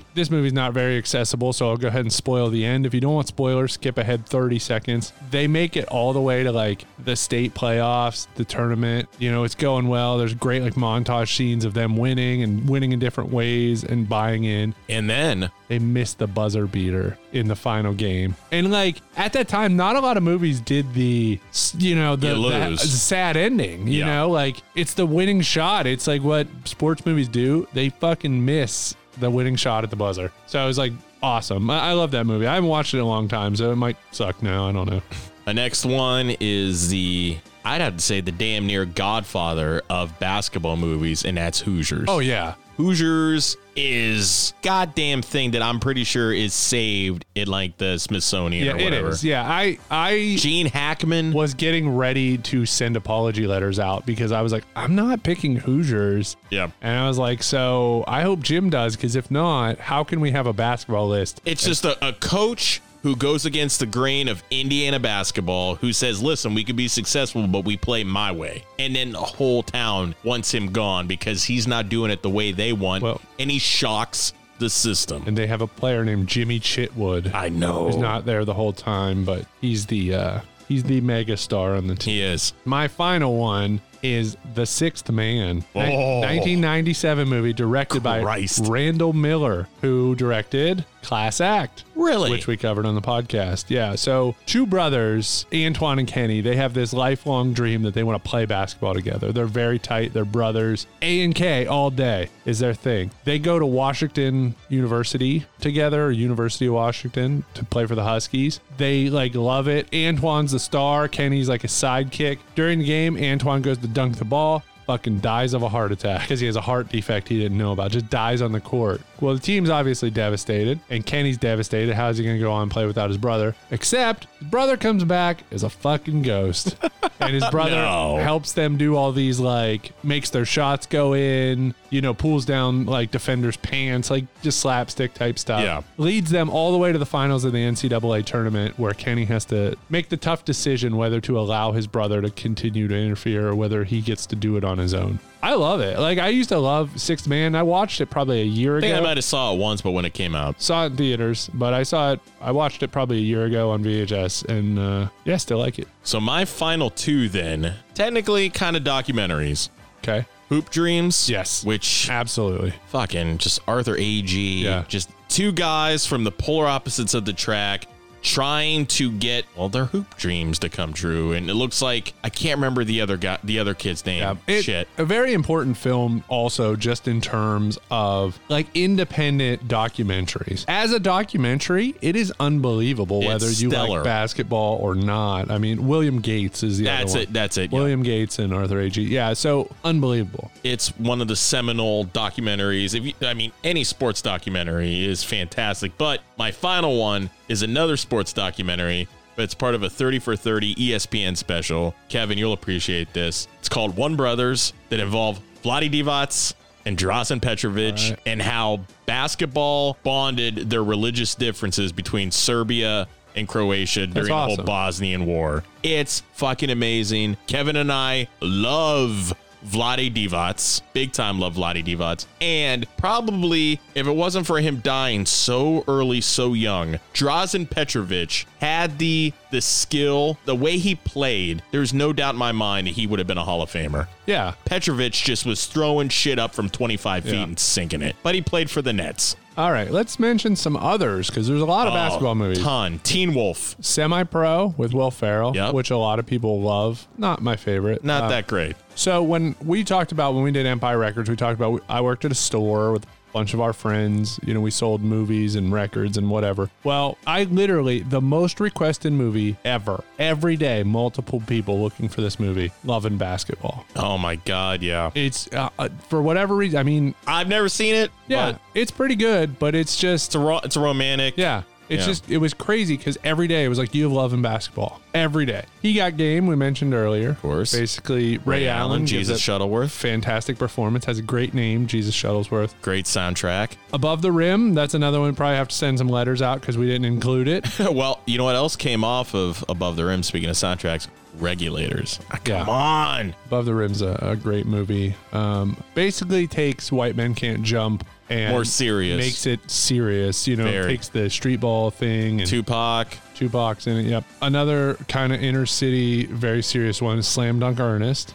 D: I, this movie's not very accessible, so I'll go ahead and spoil the end. If you don't want spoilers, skip ahead 30 seconds. They make it all the way to like the state playoffs, the tournament. You know, it's going well. There's great like montage scenes of them winning and winning in different ways and buying in.
F: And then
D: they missed the buzzer beater in the final game. And like at that time, not a lot of movies did the, you know, the,
F: You
D: the
F: lose.
D: sad ending. You know, like it's the winning shot. It's like what sports movies do. They fucking miss the winning shot at the buzzer. So I was like, awesome. I, I love that movie. I haven't watched it in a long time, so it might suck now. I don't know.
F: The next one is the I'd have to say the damn near godfather of basketball movies, and that's Hoosiers.
D: Oh, yeah.
F: Hoosiers is goddamn thing that I'm pretty sure is saved at like the Smithsonian
D: Yeah,
F: or
D: it
F: whatever.
D: is. Yeah, I, I,
F: Gene Hackman
D: was getting ready to send apology letters out because I was like, I'm not picking Hoosiers.
F: Yeah,
D: and I was like, so I hope Jim does because if not, how can we have a basketball list?
F: It's just a, a coach who goes against the grain of Indiana basketball who says, listen, we could be successful, but we play my way. And then the whole town wants him gone because he's not doing it the way they want. and he shocks the system.
D: And they have a player named Jimmy Chitwood.
F: I know.
D: He's not there the whole time, but he's the uh he's the mega star on the team.
F: He is.
D: My final one is The Sixth Man. Nin-
F: Oh.
D: 1997 movie directed by Randall Miller, who directed Class Act.
F: Really?
D: Which we covered on the podcast. Yeah. So, two brothers, Antoine and Kenny, they have this lifelong dream that they want to play basketball together. They're very tight. They're brothers. A and K all day is their thing. They go to Washington University together, or University of Washington, to play for the Huskies. They like love it. Antoine's the star. Kenny's like a sidekick. During the game, Antoine goes to dunk the ball fucking dies of a heart attack because he has a heart defect he didn't know about. Just dies on the court. Well, the team's obviously devastated, and Kenny's devastated. How is he going to go on and play without his brother? Except his brother comes back as a fucking ghost, and his brother
F: No.
D: helps them do all these like makes their shots go in. You know, pulls down like defenders' pants, like just slapstick type stuff
F: Yeah.
D: leads them all the way to the finals of the NCAA tournament, where Kenny has to make the tough decision whether to allow his brother to continue to interfere or whether he gets to do it on his own. I love it. Like I used to love Sixth Man. I watched it probably a year
F: I think I
D: ago.
F: might have saw it once, but when it came out,
D: saw it in theaters, but I saw it. I watched it probably a year ago on VHS, and uh, yeah, still like it.
F: So my final two then, technically kind of documentaries.
D: Okay.
F: Hoop Dreams.
D: Yes. Ah.
F: Which
D: absolutely.
F: Fucking just Arthur A.G. Yeah. Just two guys from the polar opposites of the track trying to get all their hoop dreams to come true and it looks like I can't remember the other guy the other kid's name.
D: It-
F: Shit.
D: A very important film, also, just in terms of like independent documentaries. As a documentary, it is unbelievable
F: It's
D: whether you
F: stellar.
D: like basketball or not. I mean, William Gates is the
F: That's
D: other one.
F: it, that's it, yeah.
D: William Gates and Arthur A.G. Yeah, so unbelievable.
F: It's one of the seminal documentaries. If you, I mean, any sports documentary is fantastic. But my final one is another sports documentary, but it's part of a 30 for E 30 ESPN special. Kevin, you'll appreciate this. It's called One Brothers that involve Vladi Divac and Drazen Petrovic and how basketball bonded their religious differences between Serbia and Croatia during the whole
D: awesome.
F: Bosnian War. It's fucking amazing. Kevin and I love Vlade Divac, big time love Vlade Divac. And probably if it wasn't for him dying so early, so young, Drazen Petrovic had the the skill, the way he played, there's no doubt in my mind that he would have been a Hall of Famer.
D: Yeah.
F: Petrovic just was throwing shit up from 25 feet
D: Yeah.
F: and sinking it. But he played for the Nets.
D: All right, let's mention some others because there's a lot of
F: Oh,
D: basketball movies.
F: Ton. Teen Wolf.
D: Semi Pro with Will Ferrell, which a lot of people love. Not my favorite.
F: Not
D: Um,
F: that great.
D: So when we talked about when we did Empire Records, we talked about I worked at a store with a bunch of our friends. You know, we sold movies and records and whatever. Well, I literally the most requested movie ever. Every day, multiple people looking for this movie. Love and Basketball.
F: Oh my god, yeah.
D: It's uh, uh, for whatever reason. I mean,
F: I've never seen it.
D: Yeah, it's pretty good, but it's just
F: it's a ro- it's a romantic.
D: Yeah, It's
F: Yeah.
D: just it was crazy because every day it was like you have love and basketball every day. He got game we mentioned earlier. Of course, basically Ray,
F: Ray Allen,
D: Allen, gives
F: Jesus
D: a
F: Shuttleworth,
D: fantastic performance, has a great name, Jesus Shuttlesworth.
F: Great soundtrack.
D: Above the rim, that's another one. Probably have to send some letters out because we didn't include it.
F: well, you know what else came off of Above the Rim? Speaking of soundtracks, Regulators. Ah, Come on.
D: Above the Rim's a, a great movie. Um, basically takes White Men Can't Jump and
F: More serious.
D: makes it serious. You know,
F: Very.
D: takes the street ball thing and
F: Tupac,
D: Tupac's in it. Yep. Another kind of inner city, very serious one. is Slam Dunk Ernest.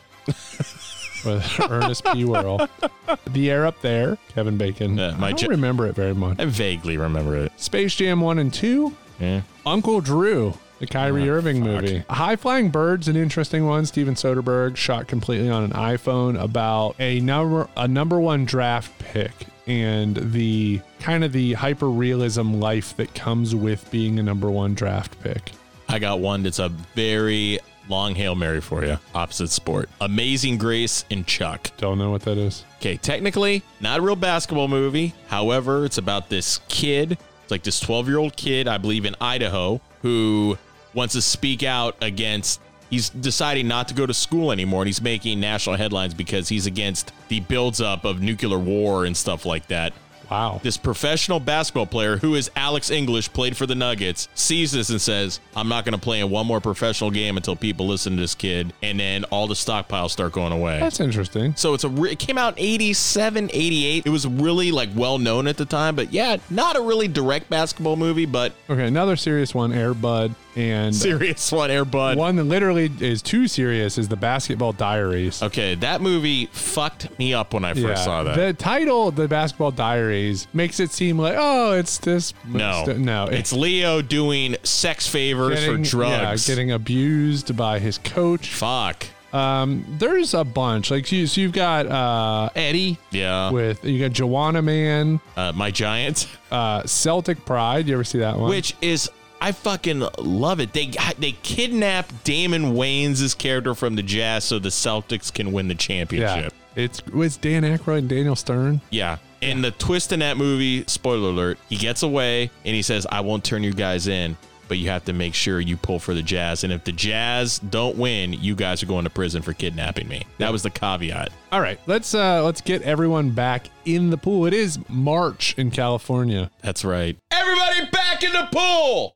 D: With Ernest P. Worrell. The air up there, Kevin Bacon. I don't remember it very much.
F: I vaguely remember it.
D: Space Jam 1 and 2.
F: Yeah. Oh,
D: Uncle Drew, the Kyrie Irving movie. High Flying Bird's an interesting one. Steven Soderbergh shot completely on an iPhone about a number a number one draft pick and the kind of the hyper realism life that comes with being a number one draft pick.
F: I got one that's a very long Hail Mary for you. Opposite sport. Amazing Grace and Chuck.
D: Don't know what that is.
F: Okay, technically, not a real basketball movie. However, it's about this kid. It's like this 12 year old kid, I believe, in Idaho, who wants to speak out against. He's deciding not to go to school anymore, and he's making national headlines because he's against the buildup of nuclear war and stuff like that.
D: Wow.
F: This professional basketball player who is Alex English, played for the Nuggets, sees this and says, I'm not going to play in one more professional game until people listen to this kid. And then all the stockpiles start going away.
D: That's interesting.
F: So it's a re- it came out in 87, 88. It was really like well known at the time, but yeah, not a really direct basketball movie, but
D: Okay, another serious one, Air Bud and
F: serious one, Air Bud.
D: One that literally is too serious is the Basketball Diaries.
F: Okay, that movie fucked me up when I first saw that.
D: The title, The Basketball Diaries, makes it seem like, oh, it's this.
F: no,
D: st- no,
F: it's Leo doing sex favors for drugs.
D: yeah, getting abused by his coach.
F: Fuck.
D: Um, there's a bunch. Like, you, so you've got uh, Eddie.
F: Yeah.
D: With you got Joanna Man.
F: Uh, My Giant.
D: Uh, Celtic Pride. You ever see that one?
F: which is I fucking love it. They they kidnap Damon Wayans' character from the Jazz so the Celtics can win the
D: yeah,
F: championship.
D: it's it's Dan Aykroyd and Daniel Stern.
F: Yeah. And the twist in that movie, spoiler alert, he gets away and he says, I won't turn you guys in, but you have to make sure you pull for the Jazz. And if the Jazz don't win, you guys are going to prison for kidnapping me. That was the caveat.
D: All right, let's uh let's get everyone back in the pool. It is March in California.
F: That's right.
L: Everybody back in the pool!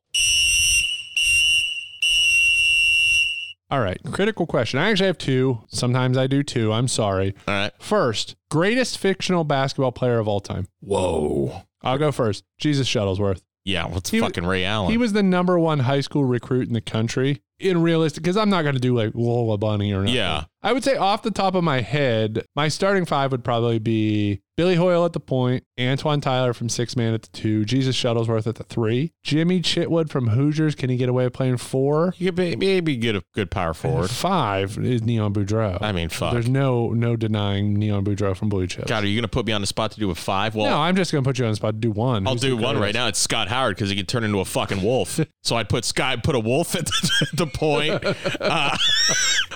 D: All right, critical question. I actually have two. Sometimes I do two. I'm sorry.
F: All right.
D: First, greatest fictional basketball player of all time.
F: Whoa.
D: I'll go first. Jesus Shuttlesworth.
F: Yeah, well, it's
D: He was-
F: fucking Ray Allen.
D: He was the number one high school recruit in the country. In realistic, because I'm not going to do like Lola Bunny or nothing.
F: Yeah.
D: I would say off the top of my head, my starting five would probably be Billy Hoyle at the point, Antoine Tyler from six man at the two, Jesus Shuttlesworth at the three, Jimmy Chitwood from Hoosiers. Can he get away with playing four?
F: He could be- maybe get a good power forward.
D: Five is Neon Boudreau.
F: I mean, fuck.
D: There's no no denying Neon Boudreau from Blue Chips.
F: God, are you going to put me on the spot to do a five? Well,
D: no, I'm just going to put you on the spot. Do one.
F: I'll
D: Who's
F: do
D: the
F: one right
D: greatest?
F: now. It's Scott Howard because he could turn into a fucking wolf. so I'd put Scott, put a wolf at the, the point. Uh,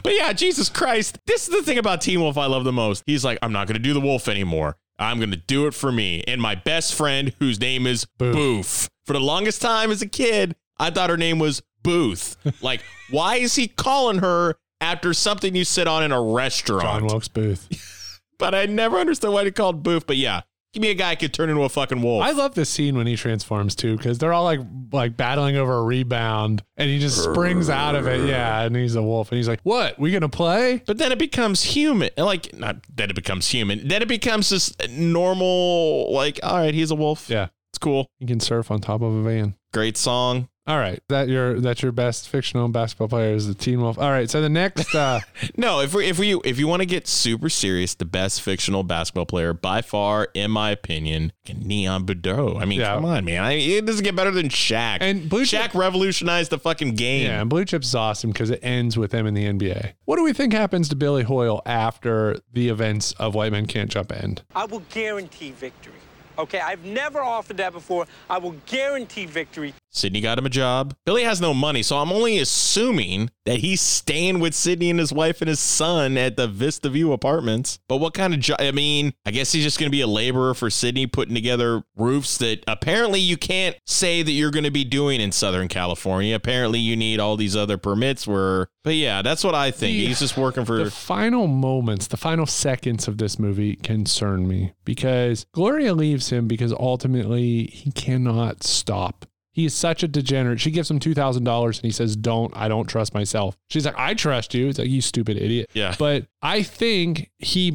F: but yeah, Jesus Christ. This is the thing about Teen Wolf I love the most. He's like, I'm not going to do the wolf anymore. I'm going to do it for me and my best friend, whose name is Boof. For the longest time as a kid, I thought her name was Booth. like, why is he calling her after something you sit on in a restaurant?
D: John Wilkes Booth.
F: But I never understood why they called Booth. But yeah, give me a guy who could turn into a fucking wolf.
D: I love this scene when he transforms too, because they're all like like battling over a rebound, and he just springs out of it. Yeah, and he's a wolf, and he's like, "What? We gonna play?"
F: But then it becomes human. Like, not that it becomes human. Then it becomes this normal, like, all right, he's a wolf.
D: Yeah,
F: It's cool.
D: he can surf on top of a van.
F: Great song.
D: All right, that your that's your best fictional basketball player is the Teen Wolf. All right, so the next, uh,
F: No, if we if we if you want to get super serious, the best fictional basketball player by far, in my opinion, Neon Bordeaux. I mean,
D: Yeah.
F: come on, man. I, it doesn't get better than Shaq.
D: And Blue
F: Shaq revolutionized the fucking game.
D: yeah, and Blue Chip's awesome because it ends with him in the NBA. What do we think happens to Billy Hoyle after the events of White Men Can't Jump end?
Q: I will guarantee victory.
O: Okay, I've never offered that before. I will guarantee victory.
F: Sydney got him a job. Billy has no money, so I'm only assuming that he's staying with Sydney and his wife and his son at the Vista View apartments. But what kind of job? I mean, I guess he's just going to be a laborer for Sydney putting together roofs that apparently you can't say that you're going to be doing in Southern California. Apparently, you need all these other permits where, but yeah, that's what I think.
D: The-
F: he's just working for.
D: the final moments, the final seconds of this movie concern me because Gloria leaves him because ultimately he cannot stop. He is such a degenerate. She gives him two thousand dollars and he says, "Don't. I don't trust myself." She's like, "I trust you." It's like you stupid idiot.
F: Yeah.
D: But I think he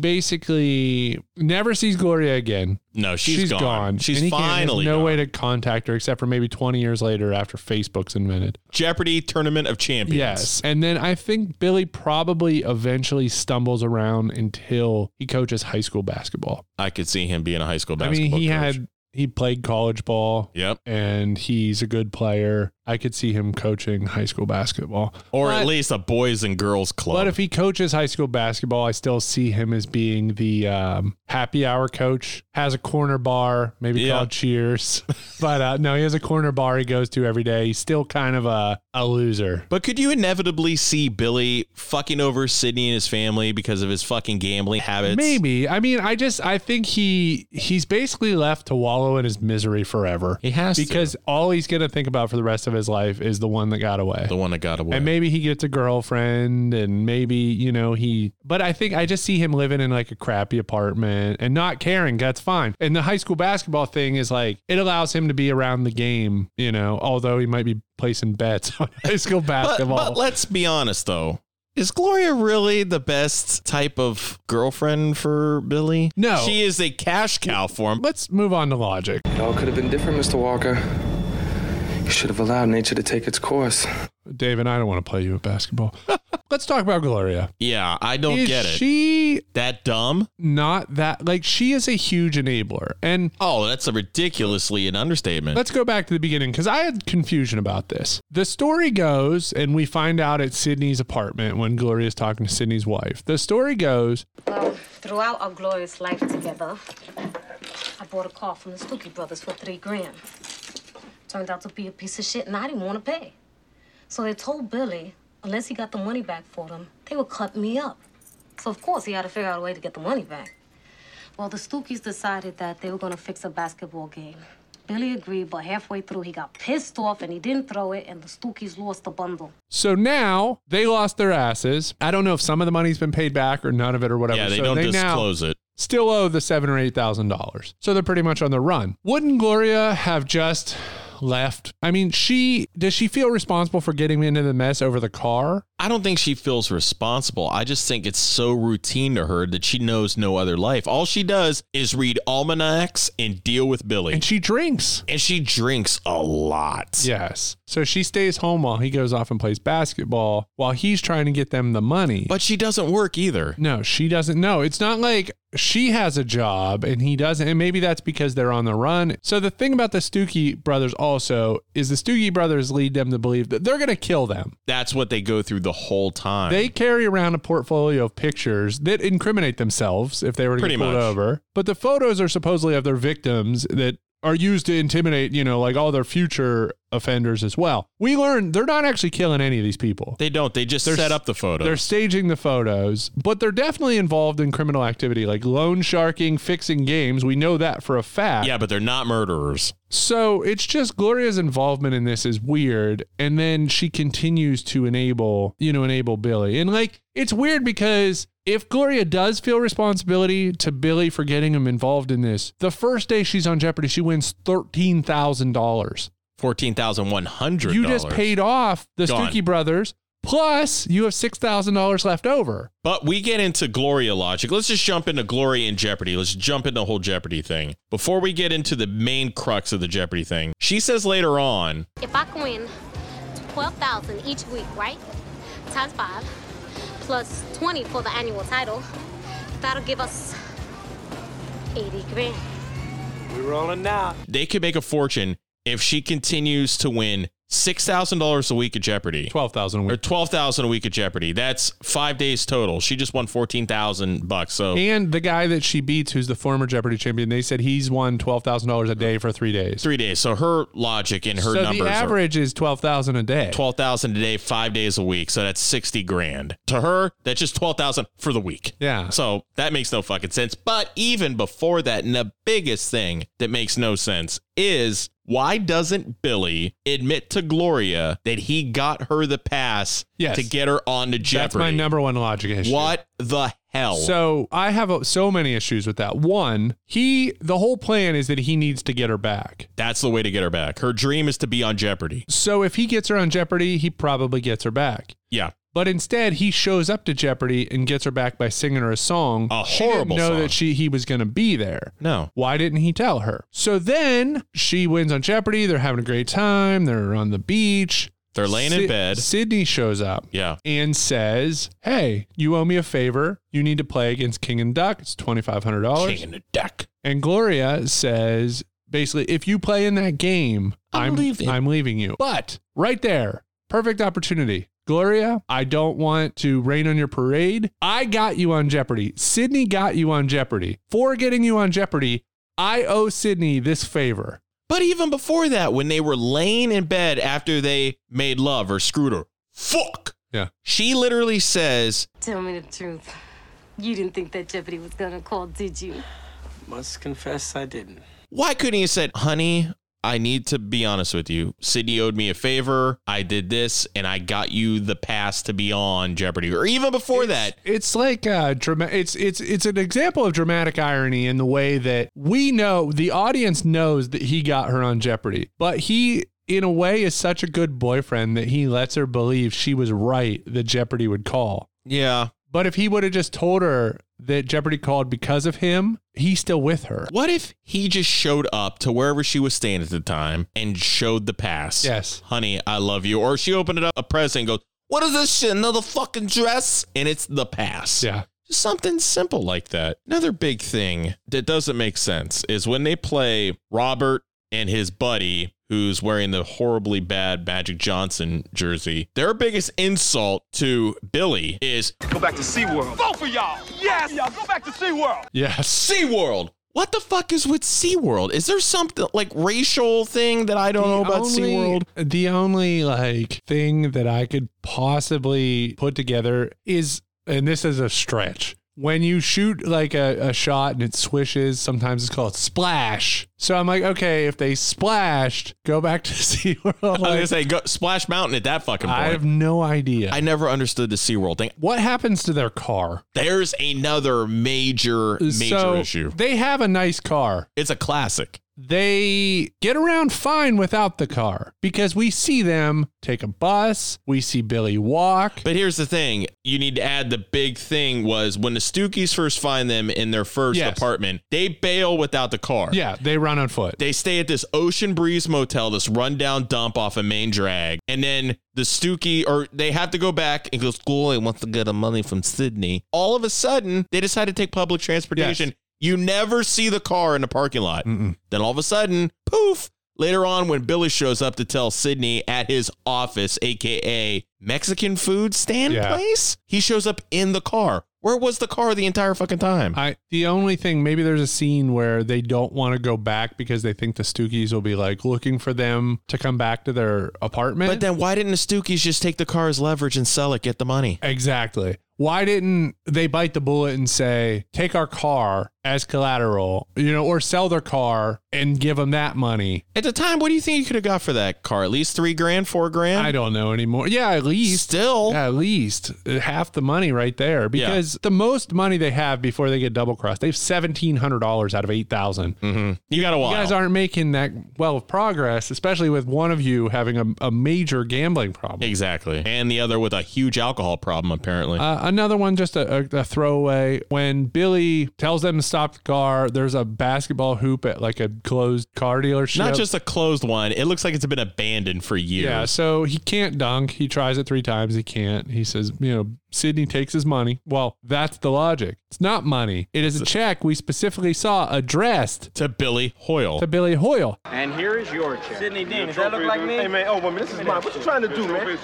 D: basically never sees Gloria again.
F: No, she's gone. She's
D: he can't- he has
F: finally
D: no way to contact her except for maybe twenty years later after Facebook's invented.
F: Jeopardy Tournament of Champions.
D: Yes. And then I think Billy probably eventually stumbles around until he coaches high school basketball.
F: I could see him being a high school basketball.
D: I mean, he
F: coach.
D: had he played college ball.
F: Yep.
D: And he's a good player. I could see him coaching high school basketball.
F: or
D: But-
F: at least a boys and girls club.
D: But if he coaches high school basketball, I still see him as being the um, happy hour coach. Has a corner bar, maybe
F: Yeah.
D: called Cheers. but uh, no, he has a corner bar he goes to every day. He's still kind of a, a loser.
F: But could you inevitably see Billy fucking over Sydney and his family because of his fucking gambling habits?
D: Maybe. I mean, I just I think he he's basically left to wallow in his misery forever. He
F: has to.
D: because all he's gonna think about for the rest of his life is the one that got away.
F: The one that got away.
D: And maybe he gets a girlfriend, and maybe you know he. But I think I just see him living in like a crappy apartment and not caring. That's fine. And the high school basketball thing is like it allows him to be around the game, you know. Although he might be placing bets on high school
F: But,
D: basketball.
F: but let's be honest though. Is Gloria really the best type of girlfriend for Billy?
D: No.
F: She is a cash cow for him.
D: Let's move on to logic.
Q: It all could have been different, Mr. Walker. You should have allowed nature to take its course.
D: David, I don't want to play you at basketball. Let's talk about Gloria.
F: Yeah, I don't
D: Is
F: get it.
D: She
F: that dumb?
D: Not that like she is a huge enabler. And
F: oh, that's a ridiculously an understatement.
D: Let's go back to the beginning because I had confusion about this. The story goes, and we find out at Sydney's apartment when Gloria's talking to Sydney's wife. The story goes,
M: Throughout our glorious life together, I bought a car from the Stuckey brothers for three grand. Turned out to be a piece of shit, and I didn't want to pay. So they told Billy, unless he got the money back for them, they would cut me up. So of course he had to figure out a way to get the money back.
I: Well, the Stookies decided that they were gonna fix a basketball game. Billy agreed, but halfway through he got pissed off and he didn't throw it, and the Stookies lost the bundle.
D: so now they lost their asses. I don't know if some of the money's been paid back or none of it or whatever.
F: yeah, they
D: So
F: don't
D: now-
F: disclose it.
D: still owe the seven or eight thousand dollars. So they're pretty much on the run. Wouldn't Gloria have just left? I mean, she does she feel responsible for getting into the mess over the car?
F: I don't think she feels responsible. I just think it's so routine to her that she knows no other life. All she does is read almanacs and deal with Billy. And
D: she drinks.
F: And she drinks a lot.
D: Yes. So she stays home while he goes off and plays basketball while he's trying to get them the money.
F: But she doesn't work either.
D: No, she doesn't. No, it's not like she has a job and he doesn't. And maybe that's because they're on the run. So the thing about the Stookie brothers also is the Stookie brothers lead them to believe that they're going to kill them.
F: That's what they go through the whole time.
D: They carry around a portfolio of pictures that incriminate themselves if they were to
F: Pretty
D: get pulled
F: much.
D: over. But the photos are supposedly of their victims that are used to intimidate, you know, like all their future offenders as well. We learn they're not actually killing any of these people.
F: They don't. They just
D: They're
F: set
D: s-
F: up the photo.
D: They're staging the photos, but they're definitely involved in criminal activity like loan sharking, fixing games. We know that for a fact.
F: yeah, but they're not murderers.
D: So it's just Gloria's involvement in this is weird. And then she continues to enable, you know, enable Billy. And like, it's weird because if Gloria does feel responsibility to Billy for getting him involved in this, the first day she's on Jeopardy, she wins $13,000.
F: Fourteen thousand one hundred.
D: You just paid off the
F: Gone.
D: Stuckey brothers, plus you have $6,000 left over.
F: But we get into Gloria logic. Let's just jump into Gloria and Jeopardy. Let's jump into the whole Jeopardy thing. Before we get into the main crux of the Jeopardy thing, she says later on,
M: If I can win 12,000 each week, right? Times 5 plus 20 for the annual title, that'll give us 80 grand.
O: We're rolling now.
F: they could make a fortune if she continues to win six thousand dollars a week at Jeopardy.
D: Twelve thousand a week.
F: Or twelve thousand a week at Jeopardy. That's five days total. She just won fourteen thousand bucks. So
D: And the guy that she beats, who's the former Jeopardy champion, they said he's won twelve thousand dollars a day for three days.
F: three days. So her logic and her
D: so
F: numbers
D: the
F: are-
D: average is twelve thousand a day.
F: twelve thousand a day, five days a week. So that's sixty grand. To her, that's just twelve thousand for the week.
D: Yeah.
F: So that makes no fucking sense. But even before that, and the biggest thing that makes no sense is why doesn't Billy admit to Gloria that he got her the pass
D: Yes.
F: to get her on to Jeopardy?
D: That's my number one logic issue.
F: What the hell?
D: So I have uh, so many issues with that. One, he the whole plan is that he needs to get her back.
F: that's the way to get her back. Her dream is to be on Jeopardy.
D: So if he gets her on Jeopardy, he probably gets her back.
F: Yeah.
D: But instead, he shows up to Jeopardy and gets her back by singing her a song. A
F: horrible
D: she didn't know
F: song.
D: that she he was going to be there.
F: No.
D: Why didn't he tell her? So then she wins on Jeopardy. They're having a great time. They're on the beach.
F: They're laying in bed.
D: Sydney shows up.
F: Yeah.
D: And says, "Hey, you owe me a favor. You need to play against King and Duck. It's twenty five hundred dollars."
F: King and the Duck.
D: And Gloria says, basically, if you play in that game, I'm, I'm leaving. you. But right there, perfect opportunity. Gloria, I don't want to rain on your parade. I got you on Jeopardy. Sydney got you on Jeopardy. For getting you on Jeopardy, I owe Sydney this favor.
F: But even before that, when they were laying in bed after they made love or screwed her, fuck.
D: Yeah.
F: She literally says,
M: Tell me the truth. You didn't think that Jeopardy was gonna call, did you?
O: Must confess I didn't.
F: Why couldn't he have said, honey, I need to be honest with you. Sydney owed me a favor. I did this and I got you the pass to be on Jeopardy. Or even before that,
D: It's like uh drama- it's it's it's an example of dramatic irony in the way that we know the audience knows that he got her on Jeopardy, but he in a way is such a good boyfriend that he lets her believe she was right that Jeopardy would call.
F: yeah.
D: But if he would have just told her that Jeopardy called because of him, he's still with her.
F: What if he just showed up to wherever she was staying at the time and showed the pass?
D: Yes.
F: Honey, I love you. Or she opened it up a present and goes, What is this shit? Another fucking dress? And it's the pass.
D: Yeah.
F: Just something simple like that. Another big thing that doesn't make sense is when they play Robert and his buddy, who's wearing the horribly bad Magic Johnson jersey, their biggest insult to Billy is
L: Go back to SeaWorld.
O: Both of y'all! Yes! Y'all go back to SeaWorld!
D: Yes.
F: SeaWorld. What the fuck is with SeaWorld? Is there something like racial thing that I don't know about SeaWorld?
D: The only like thing that I could possibly put together is, and this is a stretch. When you shoot like a, a shot and it swishes, sometimes it's called splash. So I'm like, okay, if they splashed, go back to SeaWorld.
F: I was
D: Like,
F: gonna say go, Splash Mountain at that fucking point.
D: I
F: i
D: have no idea.
F: never understood the SeaWorld thing.
D: what happens to their car?
F: There's another major, major
D: So,
F: issue.
D: They have a nice car.
F: It's a classic.
D: they get around fine without the car because we see them take a bus, we see Billy walk.
F: But here's the thing: you need to add the big thing was when the Stookies first find them in their first
D: Yes.
F: apartment, they bail without the car.
D: Yeah, they run on foot.
F: They stay at this Ocean Breeze Motel, this rundown dump off a main drag, and then the Stookie, or they have to go back and goes, "Glory wants to get the money from Sydney." All of a sudden, they decide to take public transportation.
D: Yes.
F: You never see the car in the parking lot. Then all of a sudden, poof! Later on, when Billy shows up to tell Sydney at his office, aka Mexican food stand
D: Yeah.
F: place, he shows up in the car. Where was the car the entire fucking time?
D: I the only thing maybe there's a scene where they don't want to go back because they think the Stookies will be like looking for them to come back to their apartment.
F: But then why didn't the Stookies just take the car as leverage and sell it, get the money?
D: exactly. Why didn't they bite the bullet and say take our car as collateral, you know, or sell their car and give them that money?
F: At the time, what do you think you could have got for that car? At least three grand, four grand?
D: I don't know anymore. Yeah, at least
F: Um, Still,
D: Yeah, at least uh, half the money right there because the most money they have before they get double crossed, they have seventeen hundred dollars out of eight thousand.
F: you got a
D: You
F: while.
D: guys aren't making that well of progress, especially with one of you having a, a major gambling problem.
F: exactly. And the other with a huge alcohol problem, apparently.
D: Uh, another one, just a, a, a throwaway. When Billy tells them to stop the car. There's a basketball hoop at like a closed car dealership.
F: Not just a closed one. It looks like it's been abandoned for years.
D: Yeah, so he can't dunk. He tries it three times. He can't. He says, you know, Sydney takes his money. Well, that's the logic. It's not money. It is a check we specifically saw addressed
F: to Billy Hoyle.
D: To Billy Hoyle.
O: And here is your check. Sydney Dean, does
L: Your
O: that look like me?
L: Hey, man, oh, woman, this is mine. What you trying to do, man?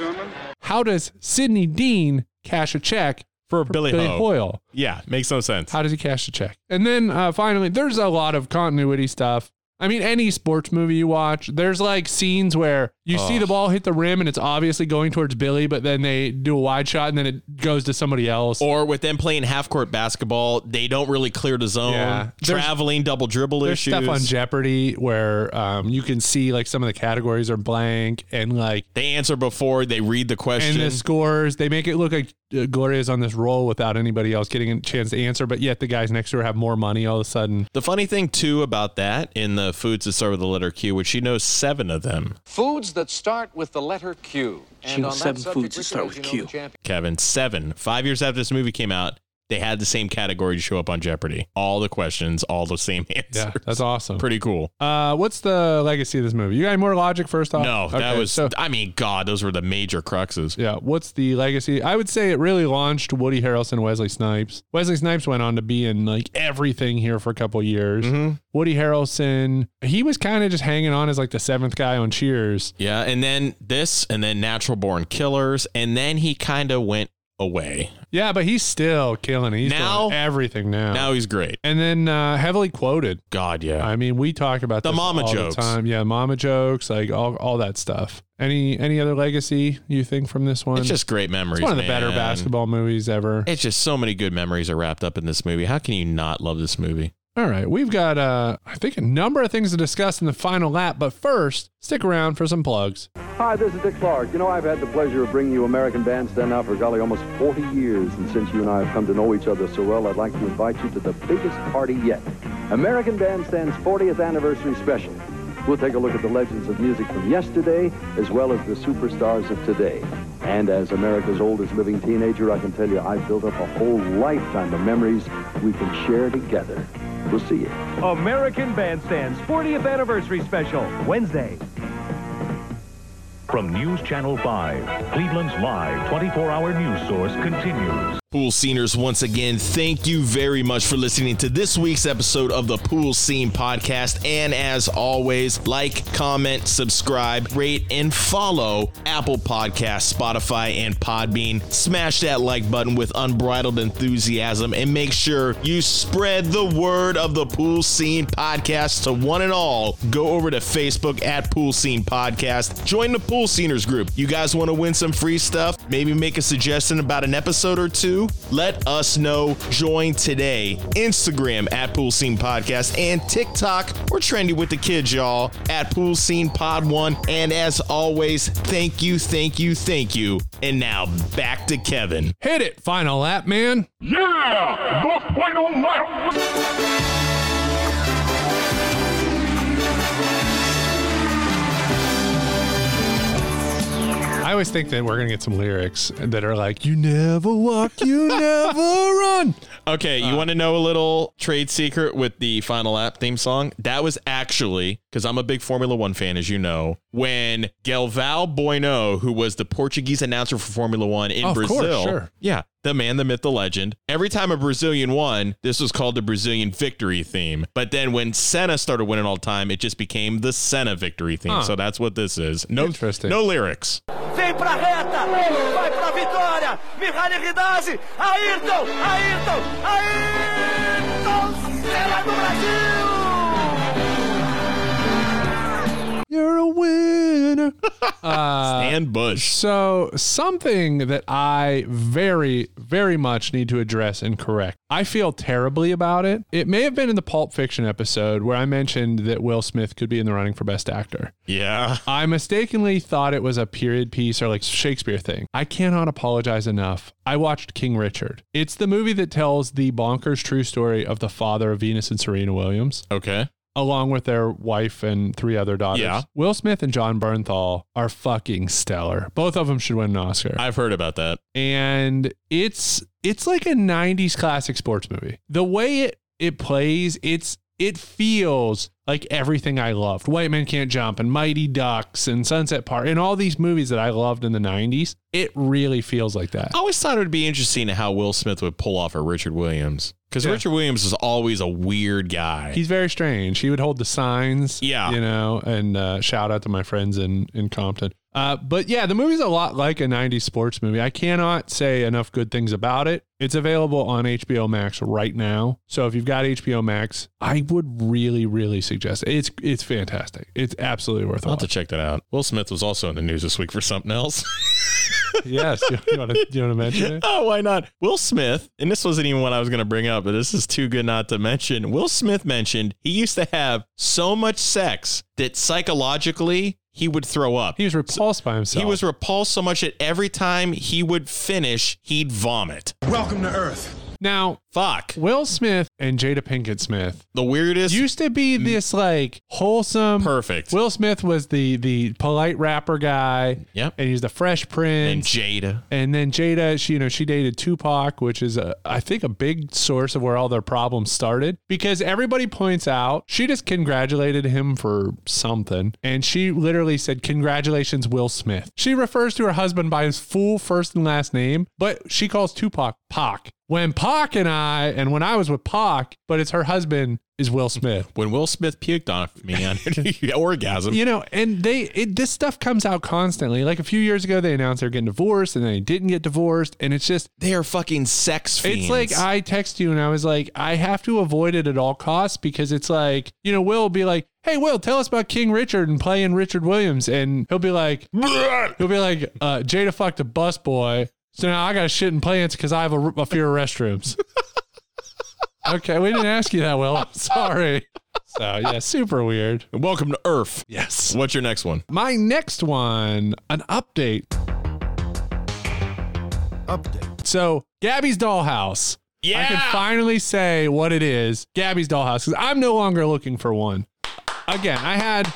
D: How does Sidney Dean cash a check for Billy,
F: Ho.
D: Hoyle?
F: Yeah, makes no sense.
D: How does he cash the check? And then uh, finally, there's a lot of continuity stuff. I mean, any sports movie you watch, there's like scenes where you see
F: Ugh.
D: the ball hit the rim and it's obviously going towards Billy, but then they do a wide shot and then it goes to somebody else.
F: Or with them playing half court basketball, they don't really clear the zone.
D: Yeah. There's-
F: Traveling, double dribble
D: There's
F: issues.
D: stuff on Jeopardy where um, you can see like some of the categories are blank and like
F: they answer before they read the question.
D: and the scores. They make it look like uh, Gloria's on this roll without anybody else getting a chance to answer, but yet the guys next to her have more money all of a sudden.
F: the funny thing too about that in the foods that start with the letter Q, which she knows seven of them.
P: Foods that start with the letter Q.
F: She
P: And
F: knows
P: on
F: seven
P: that subject,
F: foods that
P: Richard,
F: start
P: as
F: with
P: you know,
F: Q.
P: the champion-
F: Kevin, seven. Five years after this movie came out, they had the same category to show up on Jeopardy. All the questions, all the same answers. Yeah,
D: that's awesome.
F: Pretty cool.
D: Uh, what's the legacy of this movie? You got any more logic first off?
F: No, that
D: Oh, Okay,
F: was.
D: so-
F: I mean, God, those were the major cruxes.
D: yeah. What's the legacy? I would say it really launched Woody Harrelson, Wesley Snipes. Wesley Snipes went on to be in like everything here for a couple years.
F: Mm-hmm.
D: Woody Harrelson, he was kind of just hanging on as like the seventh guy on Cheers.
F: Yeah, and then this, and then Natural Born Killers, and then he kind of went away.
D: Yeah, but he's still killing it. He's
F: Now-
D: doing everything now.
F: Now he's great.
D: and then uh, heavily quoted.
F: God, yeah.
D: I mean, we talk about
F: The
D: this
F: mama
D: all
F: jokes.
D: the time. Yeah, mama jokes, like all, all that stuff. Any any other legacy you think from this one?
F: It's just great memories.
D: It's one of the better
F: man.
D: basketball movies ever.
F: It's just so many good memories are wrapped up in this movie. How can you not love this movie?
D: All right, we've got uh, I think a number of things to discuss in the final lap, but first, stick around for some plugs.
R: Hi, this is Dick Clark. You know, I've had the pleasure of bringing you American Bandstand now for golly almost 40 years, and since you and I have come to know each other so well, I'd like to invite you to the biggest party yet. American Bandstand's 40th anniversary special. We'll take a look at the legends of music from yesterday, as well as the superstars of today. And as America's oldest living teenager, I can tell you I've built up a whole lifetime of memories we can share together. We'll see you.
S: American Bandstand's 40th Anniversary Special, Wednesday. From News Channel 5, Cleveland's live 24 hour news source continues.
F: Pool Sceners, once again, thank you very much for listening to this week's episode of the Pool Scene Podcast. And as always, like, comment, subscribe, rate, and follow Apple Podcasts, Spotify, and Podbean. Smash that like button with unbridled enthusiasm and make sure you spread the word of the Pool Scene Podcast to one and all. Go over to Facebook at Pool Scene Podcast. Join the Pool Sceners group. You guys want to win some free stuff? Maybe make a suggestion about an episode or two? Let us know. Join today. Instagram at Pool Scene Podcast and TikTok. We're trendy with the kids, y'all, at Pool Scene Pod One. And as always, thank you, thank you, thank you. And now back to Kevin.
D: Hit it, final lap, man.
S: Yeah! The final lap!
D: I always think that we're gonna get some lyrics that are like, "You never walk, you never run."
F: Okay,
D: Uh.
F: you want to know a little trade secret with the Final Lap theme song? That was actually because I'm a big Formula One fan, as you know. When Galvao Bueno, who was the Portuguese announcer for Formula One in
D: Oh, Of course,
F: Brazil,
D: sure.
F: yeah, the man, the myth, the legend. Every time a Brazilian won, this was called the Brazilian victory theme. But then when Senna started winning all the time, it just became the Senna victory theme.
D: Huh.
F: So that's what this is. No,
D: Interesting.
F: No lyrics.
S: Vem pra reta, vai pra vitória, Mihaly Ridazzi, Ayrton, Ayrton, Ayrton, será do
D: You're a winner. Uh,
F: Stan Bush.
D: So, something that I very, very much need to address and correct. I feel terribly about it. It may have been in the Pulp Fiction episode where I mentioned that Will Smith could be in the running for Best Actor.
F: Yeah.
D: I mistakenly thought it was a period piece or like Shakespeare thing. I cannot apologize enough. I watched King Richard. It's the movie that tells the bonkers true story of the father of Venus and Serena Williams
F: Okay.
D: along with their wife and three other daughters.
F: Yeah.
D: Will Smith and John Bernthal are fucking stellar. Both of them should win an Oscar.
F: I've heard about that.
D: and it's it's like a 90s classic sports movie. The way it It plays. It's it feels like everything I loved. White Men Can't Jump and Mighty Ducks and Sunset Park and all these movies that I loved in the 90s. It really feels like that.
F: I always thought it would be interesting how Will Smith would pull off a Richard Williams because
D: Yeah.
F: Richard Williams is always a weird guy.
D: He's very strange. He would hold the signs. Yeah. You know, and uh, shout out to my friends in, in Compton. Uh, but yeah, the movie's a lot like a 90s sports movie. I cannot say enough good things about it. It's available on HBO Max right now. So if you've got HBO Max, I would really, really suggest it. It's, it's fantastic. It's absolutely worth it.
F: I'll have to check that out. Will Smith was also in the news this week for something else.
D: yes. You, you want to mention it?
F: Oh, why not? Will Smith, and this wasn't even what I was going to bring up, but this is too good not to mention. Will Smith mentioned he used to have so much sex that psychologically he would throw up. He
D: was repulsed by himself.
F: He was repulsed so much that every time he would finish, he'd vomit.
D: Welcome to Earth. Now,
F: fuck.
D: Will Smith and Jada Pinkett Smith.
F: The weirdest.
D: Used to be this like wholesome.
F: Perfect.
D: Will Smith was the the polite rapper guy.
F: Yep.
D: And he's the Fresh Prince.
F: And Jada.
D: And then Jada, she you know she dated Tupac, which is a, I think a big source of where all their problems started because everybody points out she just congratulated him for something, and she literally said congratulations Will Smith. She refers to her husband by his full first and last name, but she calls Tupac Pac. When Pac and I, and when I was with Pac, but it's her husband is Will Smith.
F: When Will Smith puked on me on orgasm.
D: You know, and they it, this stuff comes out constantly. Like a few years ago, they announced they're getting divorced, and then they didn't get divorced, and it's just
F: they are fucking sex
D: It's like
F: fiends.
D: I text you, and I was like, I have to avoid it at all costs because it's like you know, Will will be like, Hey, Will, tell us about King Richard and playing Richard Williams, and he'll be like, he'll be like, uh, Jada fucked a bus boy, so now I got to shit in pants because I have a, a fear of restrooms. okay, we didn't ask you that, Will. I'm sorry. So yeah, super weird.
F: Welcome to Earth.
D: Yes.
F: What's your next one?
D: My next one, an update. Update. So, Gabby's Dollhouse.
F: Yeah.
D: I can finally say what it is Gabby's Dollhouse, because I'm no longer looking for one. Again, I had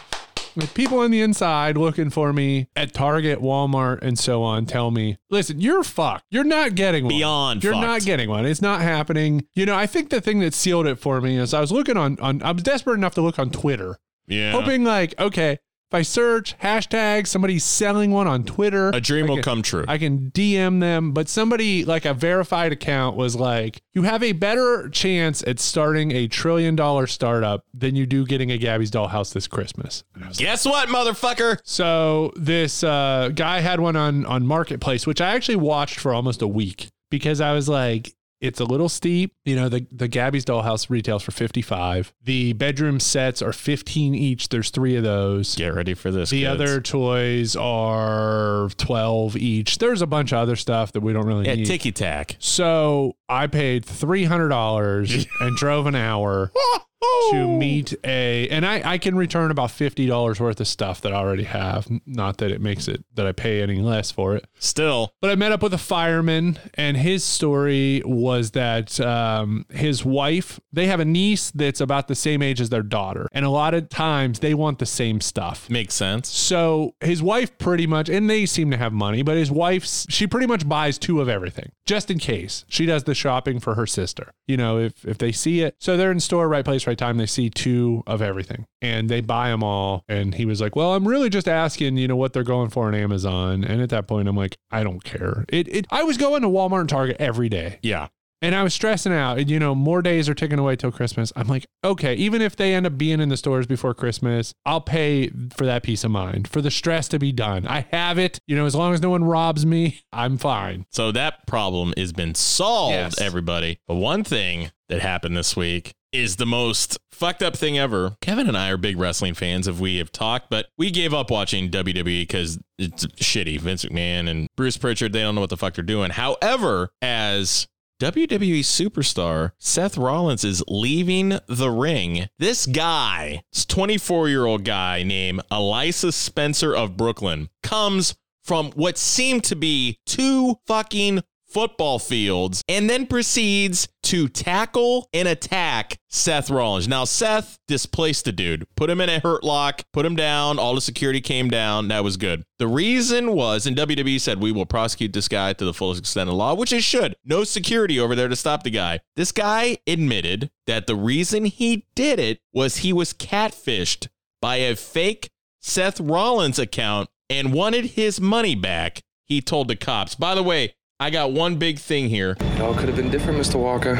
D: people on the inside looking for me at Target, Walmart, and so on tell me, listen, you're fucked. You're not getting one.
F: Beyond
D: You're
F: fucked.
D: not getting one. It's not happening. You know, I think the thing that sealed it for me is I was looking on, on I was desperate enough to look on Twitter
F: Yeah.
D: hoping like okay if i search hashtag somebody's selling one on twitter
F: A dream
D: I
F: will
D: can-
F: come true.
D: i can dm them but somebody like a verified account was like you have a better chance at starting a trillion dollar startup than you do getting a gabby's dollhouse this christmas
F: Guess what, motherfucker?
D: so this uh, guy had one on on marketplace, which I actually watched for almost a week because I was like, it's a little steep. You know, the the Gabby's dollhouse retails for fifty five. The bedroom sets are fifteen each. There's three of those.
F: Get ready for this.
D: The
F: kids.
D: other toys are twelve each. There's a bunch of other stuff that we don't really
F: Yeah,
D: need.
F: ticky tack.
D: So I paid three hundred dollars and drove an hour to meet a, and I I can return about fifty dollars worth of stuff that I already have. Not that it makes it that I pay any less for it.
F: Still,
D: but I met up with a fireman, and his story was that um, his wife they have a niece that's about the same age as their daughter, and a lot of times they want the same stuff.
F: Makes sense.
D: So his wife pretty much, and they seem to have money, but his wife's she pretty much buys two of everything just in case. She does the shopping for her sister. You know, if if they see it, so they're in store, right place, right time. They see two of everything, and they buy them all. And he was like, "Well, I'm really just asking, you know, what they're going for on Amazon." And at that point, I'm like, "I don't care." It it I was going to Walmart and Target every day.
F: Yeah.
D: And I was stressing out, and you know, more days are ticking away till Christmas. I'm like, okay, even if they end up being in the stores before Christmas, I'll pay for that peace of mind, for the stress to be done. I have it. You know, as long as no one robs me, I'm fine.
F: So that problem has been solved,
D: Yes.
F: everybody. But one thing that happened this week is the most fucked up thing ever. Kevin and I are big wrestling fans, if we have talked, but we gave up watching WWE because it's shitty. Vince McMahon and Bruce Pritchard, they don't know what the fuck they're doing. However, as WWE E superstar Seth Rollins is leaving the ring. This guy, this 24 year old guy named Elisa Spencer of Brooklyn, comes from what seemed to be two fucking football fields and then proceeds to to tackle and attack Seth Rollins. Now, Seth displaced the dude, put him in a hurt lock, put him down. All the security came down. That was good. The reason was, and WWE said, we will prosecute this guy to the fullest extent of law, which it should. No security over there to stop the guy. This guy admitted that the reason he did it was he was catfished by a fake Seth Rollins account and wanted his money back, he told the cops. By the way, I got one big thing here.
Q: It all could have been different, Mr. Walker.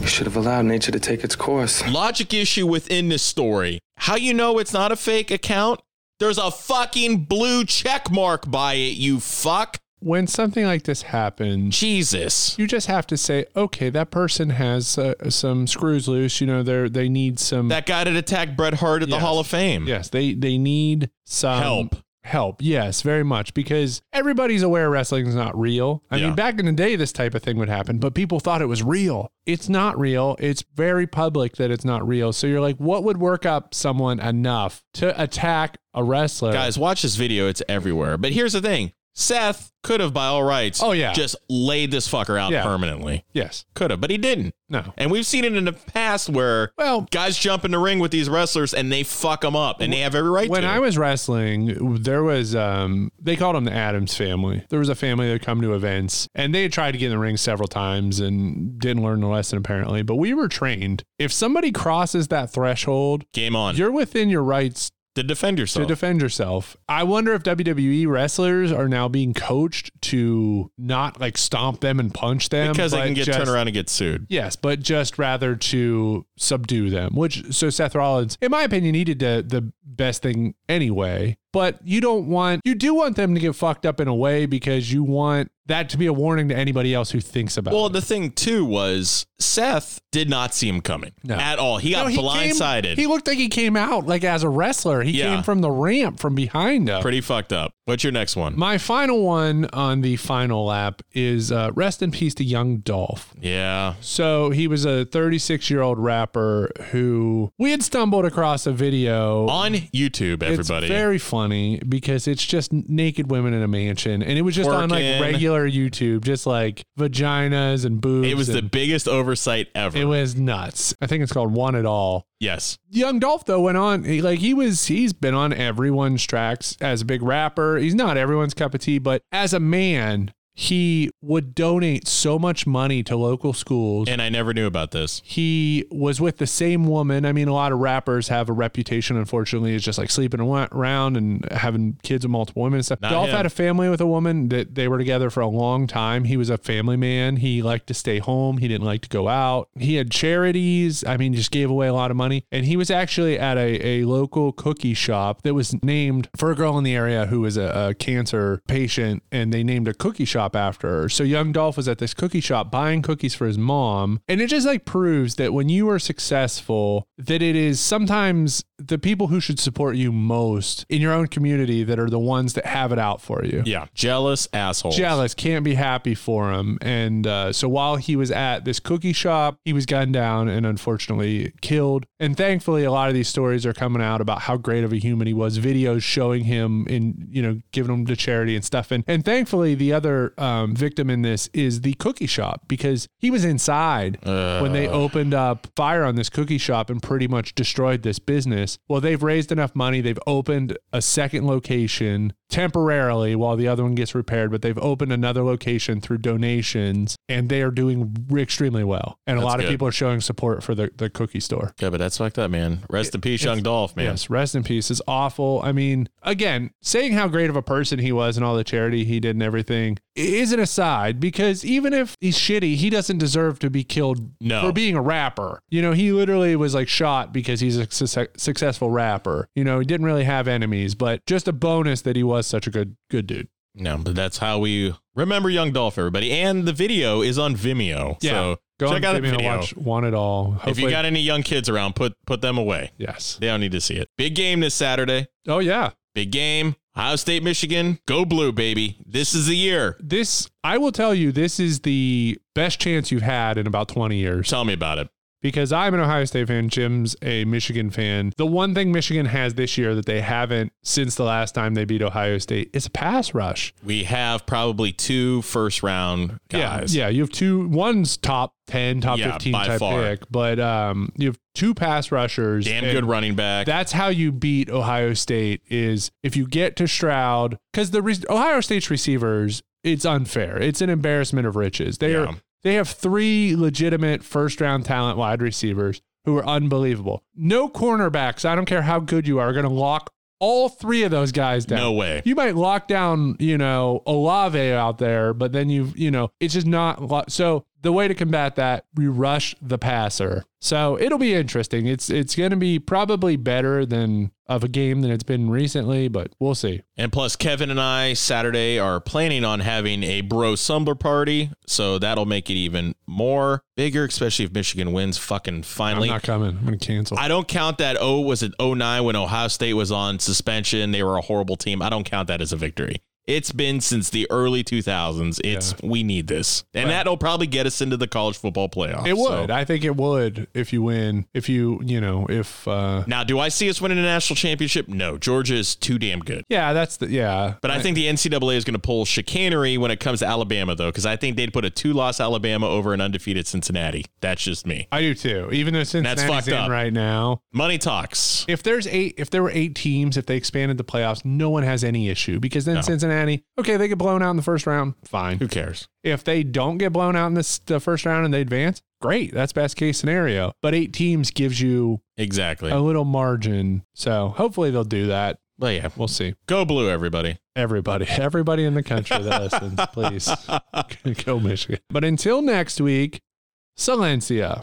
Q: You should have allowed nature to take its course.
F: Logic issue within this story. How you know it's not a fake account? There's a fucking blue check mark by it, you fuck.
D: When something like this happens,
F: Jesus,
D: you just have to say, okay, that person has uh, some screws loose. You know, they are they need some
F: That guy that attacked Bret Hart at the
D: Yes.
F: Hall of Fame.
D: Yes, they they need some
F: Help.
D: Help, yes, very much because everybody's aware wrestling is not real. I
F: Yeah.
D: mean, back in the day, this type of thing would happen, but people thought it was real. It's not real. It's very public that it's not real. So you're like, what would work up someone enough to attack a wrestler?
F: Guys, watch this video. It's everywhere. But here's the thing Seth could have, by all rights,
D: Oh, yeah.
F: just laid this fucker out
D: Yeah.
F: permanently.
D: yes,
F: Could have, but he didn't.
D: No.
F: And we've seen it in the past where
D: well,
F: guys jump in the ring with these wrestlers and they fuck them up and they have every right
D: when
F: to.
D: I was wrestling, there was um they called them the Adams family. There was a family that would come to events and they had tried to get in the ring several times and didn't learn the lesson apparently. But we were trained. If somebody crosses that threshold,
F: Game on.
D: you're within your rights
F: to defend yourself.
D: to defend yourself. I wonder if WWE wrestlers are now being coached to not like stomp them and punch them
F: because they
D: but
F: can get
D: just-
F: turned around and get sued.
D: Yes, but just rather to subdue them, which so Seth Rollins, in my opinion, he did the, the best thing anyway. But you don't want you do want them to get fucked up in a way because you want that to be a warning to anybody else who thinks about
F: Well,
D: it.
F: the thing too was Seth did not see him coming at all. He got
D: No, he came-
F: blindsided.
D: he looked like he came out like as a wrestler. He
F: Yeah.
D: came from the ramp from behind him.
F: Pretty fucked up. What's your next one?
D: My final one on the final lap is uh, rest in peace to Young Dolph.
F: Yeah.
D: So he was a 36 year old rapper who we had stumbled across a video
F: On YouTube, everybody.
D: It's very funny because it's just naked women in a mansion, and it was just on
F: Twerking.
D: like regular YouTube, just like vaginas and boobs.
F: it was the
D: and-
F: biggest oversight ever.
D: It was nuts. I think it's called One It All.
F: yes.
D: Young Dolph though went on he, like he was he's been on everyone's tracks as a big rapper. He's not everyone's cup of tea, but as a man, he would donate so much money to local schools.
F: And I never knew about this.
D: he was with the same woman. I mean, a lot of rappers have a reputation, unfortunately, is just like sleeping wa- around and having kids with multiple women and stuff.
F: Not
D: Dolph
F: him.
D: had a family with a woman that they were together for a long time. He was a family man. He liked to stay home. He didn't like to go out. He had charities. I mean, just gave away a lot of money. And he was actually at a, a local cookie shop that was named for a girl in the area who was a, a cancer patient, and they named a cookie shop after her. So young Dolph was at this cookie shop buying cookies for his mom. And it just like proves that when you are successful, that it is sometimes the people who should support you most in your own community that are the ones that have it out for you.
F: Yeah. Jealous asshole.
D: Jealous, can't be happy for him. And uh, so while he was at this cookie shop, he was gunned down and unfortunately killed. And thankfully, a lot of these stories are coming out about how great of a human he was, videos showing him and, you know, giving him to charity and stuff. And, and thankfully, the other um, victim in this is the cookie shop because he was inside when they opened up fire on this cookie shop and pretty much destroyed this business. Well, they've raised enough money. They've opened a second location temporarily while the other one gets repaired, but they've opened another location through donations and they are doing extremely well. And a
F: That's
D: lot of
F: good.
D: people are showing support for the, the cookie store.
F: Yeah, but that's fucked up, man. Rest in peace,
D: It's-
F: Young Dolph, man.
D: Yes, rest in peace. It's awful. I mean, again, saying how great of a person he was and all the charity he did and everything i- is an aside because even if he's shitty, he doesn't deserve to be killed
F: No.
D: for being a rapper. You know, he literally was like shot because he's a suc successful rapper. You know, he didn't really have enemies, but just a bonus that he was such a good good dude.
F: No, but that's how we remember Young Dolph, everybody. And the video is on Vimeo.
D: Yeah.
F: So check out the
D: Vimeo,
F: video.
D: watch Want It All.
F: if you got any young kids around, put put them away.
D: Yes.
F: They don't need to see it. Big game this Saturday.
D: Oh yeah.
F: Big game. Ohio State, Michigan. Go blue, baby. This is the year.
D: This I will tell you, this is the best chance you've had in about 20 years.
F: Tell me about it.
D: because I'm an Ohio State fan. Jim's a Michigan fan. The one thing Michigan has this year that they haven't since the last time they beat Ohio State is a pass rush.
F: We have probably two first round guys.
D: Yeah, yeah. You have two. One's top ten, top
F: Yeah,
D: fifteen
F: by
D: type
F: far.
D: pick, but um, you have two pass rushers.
F: Damn
D: and
F: good running back.
D: That's how you beat Ohio State. Is if you get to Stroud because the re- Ohio State's receivers. It's unfair. It's an embarrassment of riches. They are they have three legitimate first round talent wide receivers who are unbelievable. No cornerbacks. I don't care how good you are. Are going to lock all three of those guys down.
F: No way.
D: You might lock down, you know, Olave out there, but then you've, you know, it's just not. Lo- so the way to combat that, we rush the passer. So it'll be interesting. It's it's going to be probably better than of a game than it's been recently, but we'll see.
F: And plus, Kevin and I Saturday are planning on having a bro Sumbler party, so that'll make it even more bigger, especially if Michigan wins fucking finally.
D: I'm not coming. I'm going to cancel.
F: I don't count that. Oh, was it 09 when Ohio State was on suspension? They were a horrible team. I don't count that as a victory. It's been since the early 2000s. It's we need this, and that'll probably get us into the college football playoff.
D: it
F: so.
D: would. I think it would if you win. If you, you know, if uh
F: Now, do I see us winning a national championship? No, Georgia is too damn good.
D: Yeah, that's the yeah.
F: But I think the NCAA is going to pull chicanery when it comes to Alabama, though, because I think they'd put a two-loss Alabama over an undefeated Cincinnati. That's just me.
D: I do too. Even though Cincinnati's
F: fucked
D: in
F: up.
D: right now,
F: money talks.
D: If there's eight, if there were eight teams, if they expanded the playoffs, no one has any issue because then
F: No.
D: Cincinnati, okay, they get blown out in the first round, fine.
F: Who cares?
D: If they don't get blown out in this, the first round and they advance, great, that's best case scenario. But eight teams gives you
F: Exactly.
D: a little margin, so hopefully they'll do that.
F: Well, yeah,
D: we'll see.
F: Go blue, everybody.
D: Everybody, everybody in the country that listens, please go Michigan. But until next week, Silencia.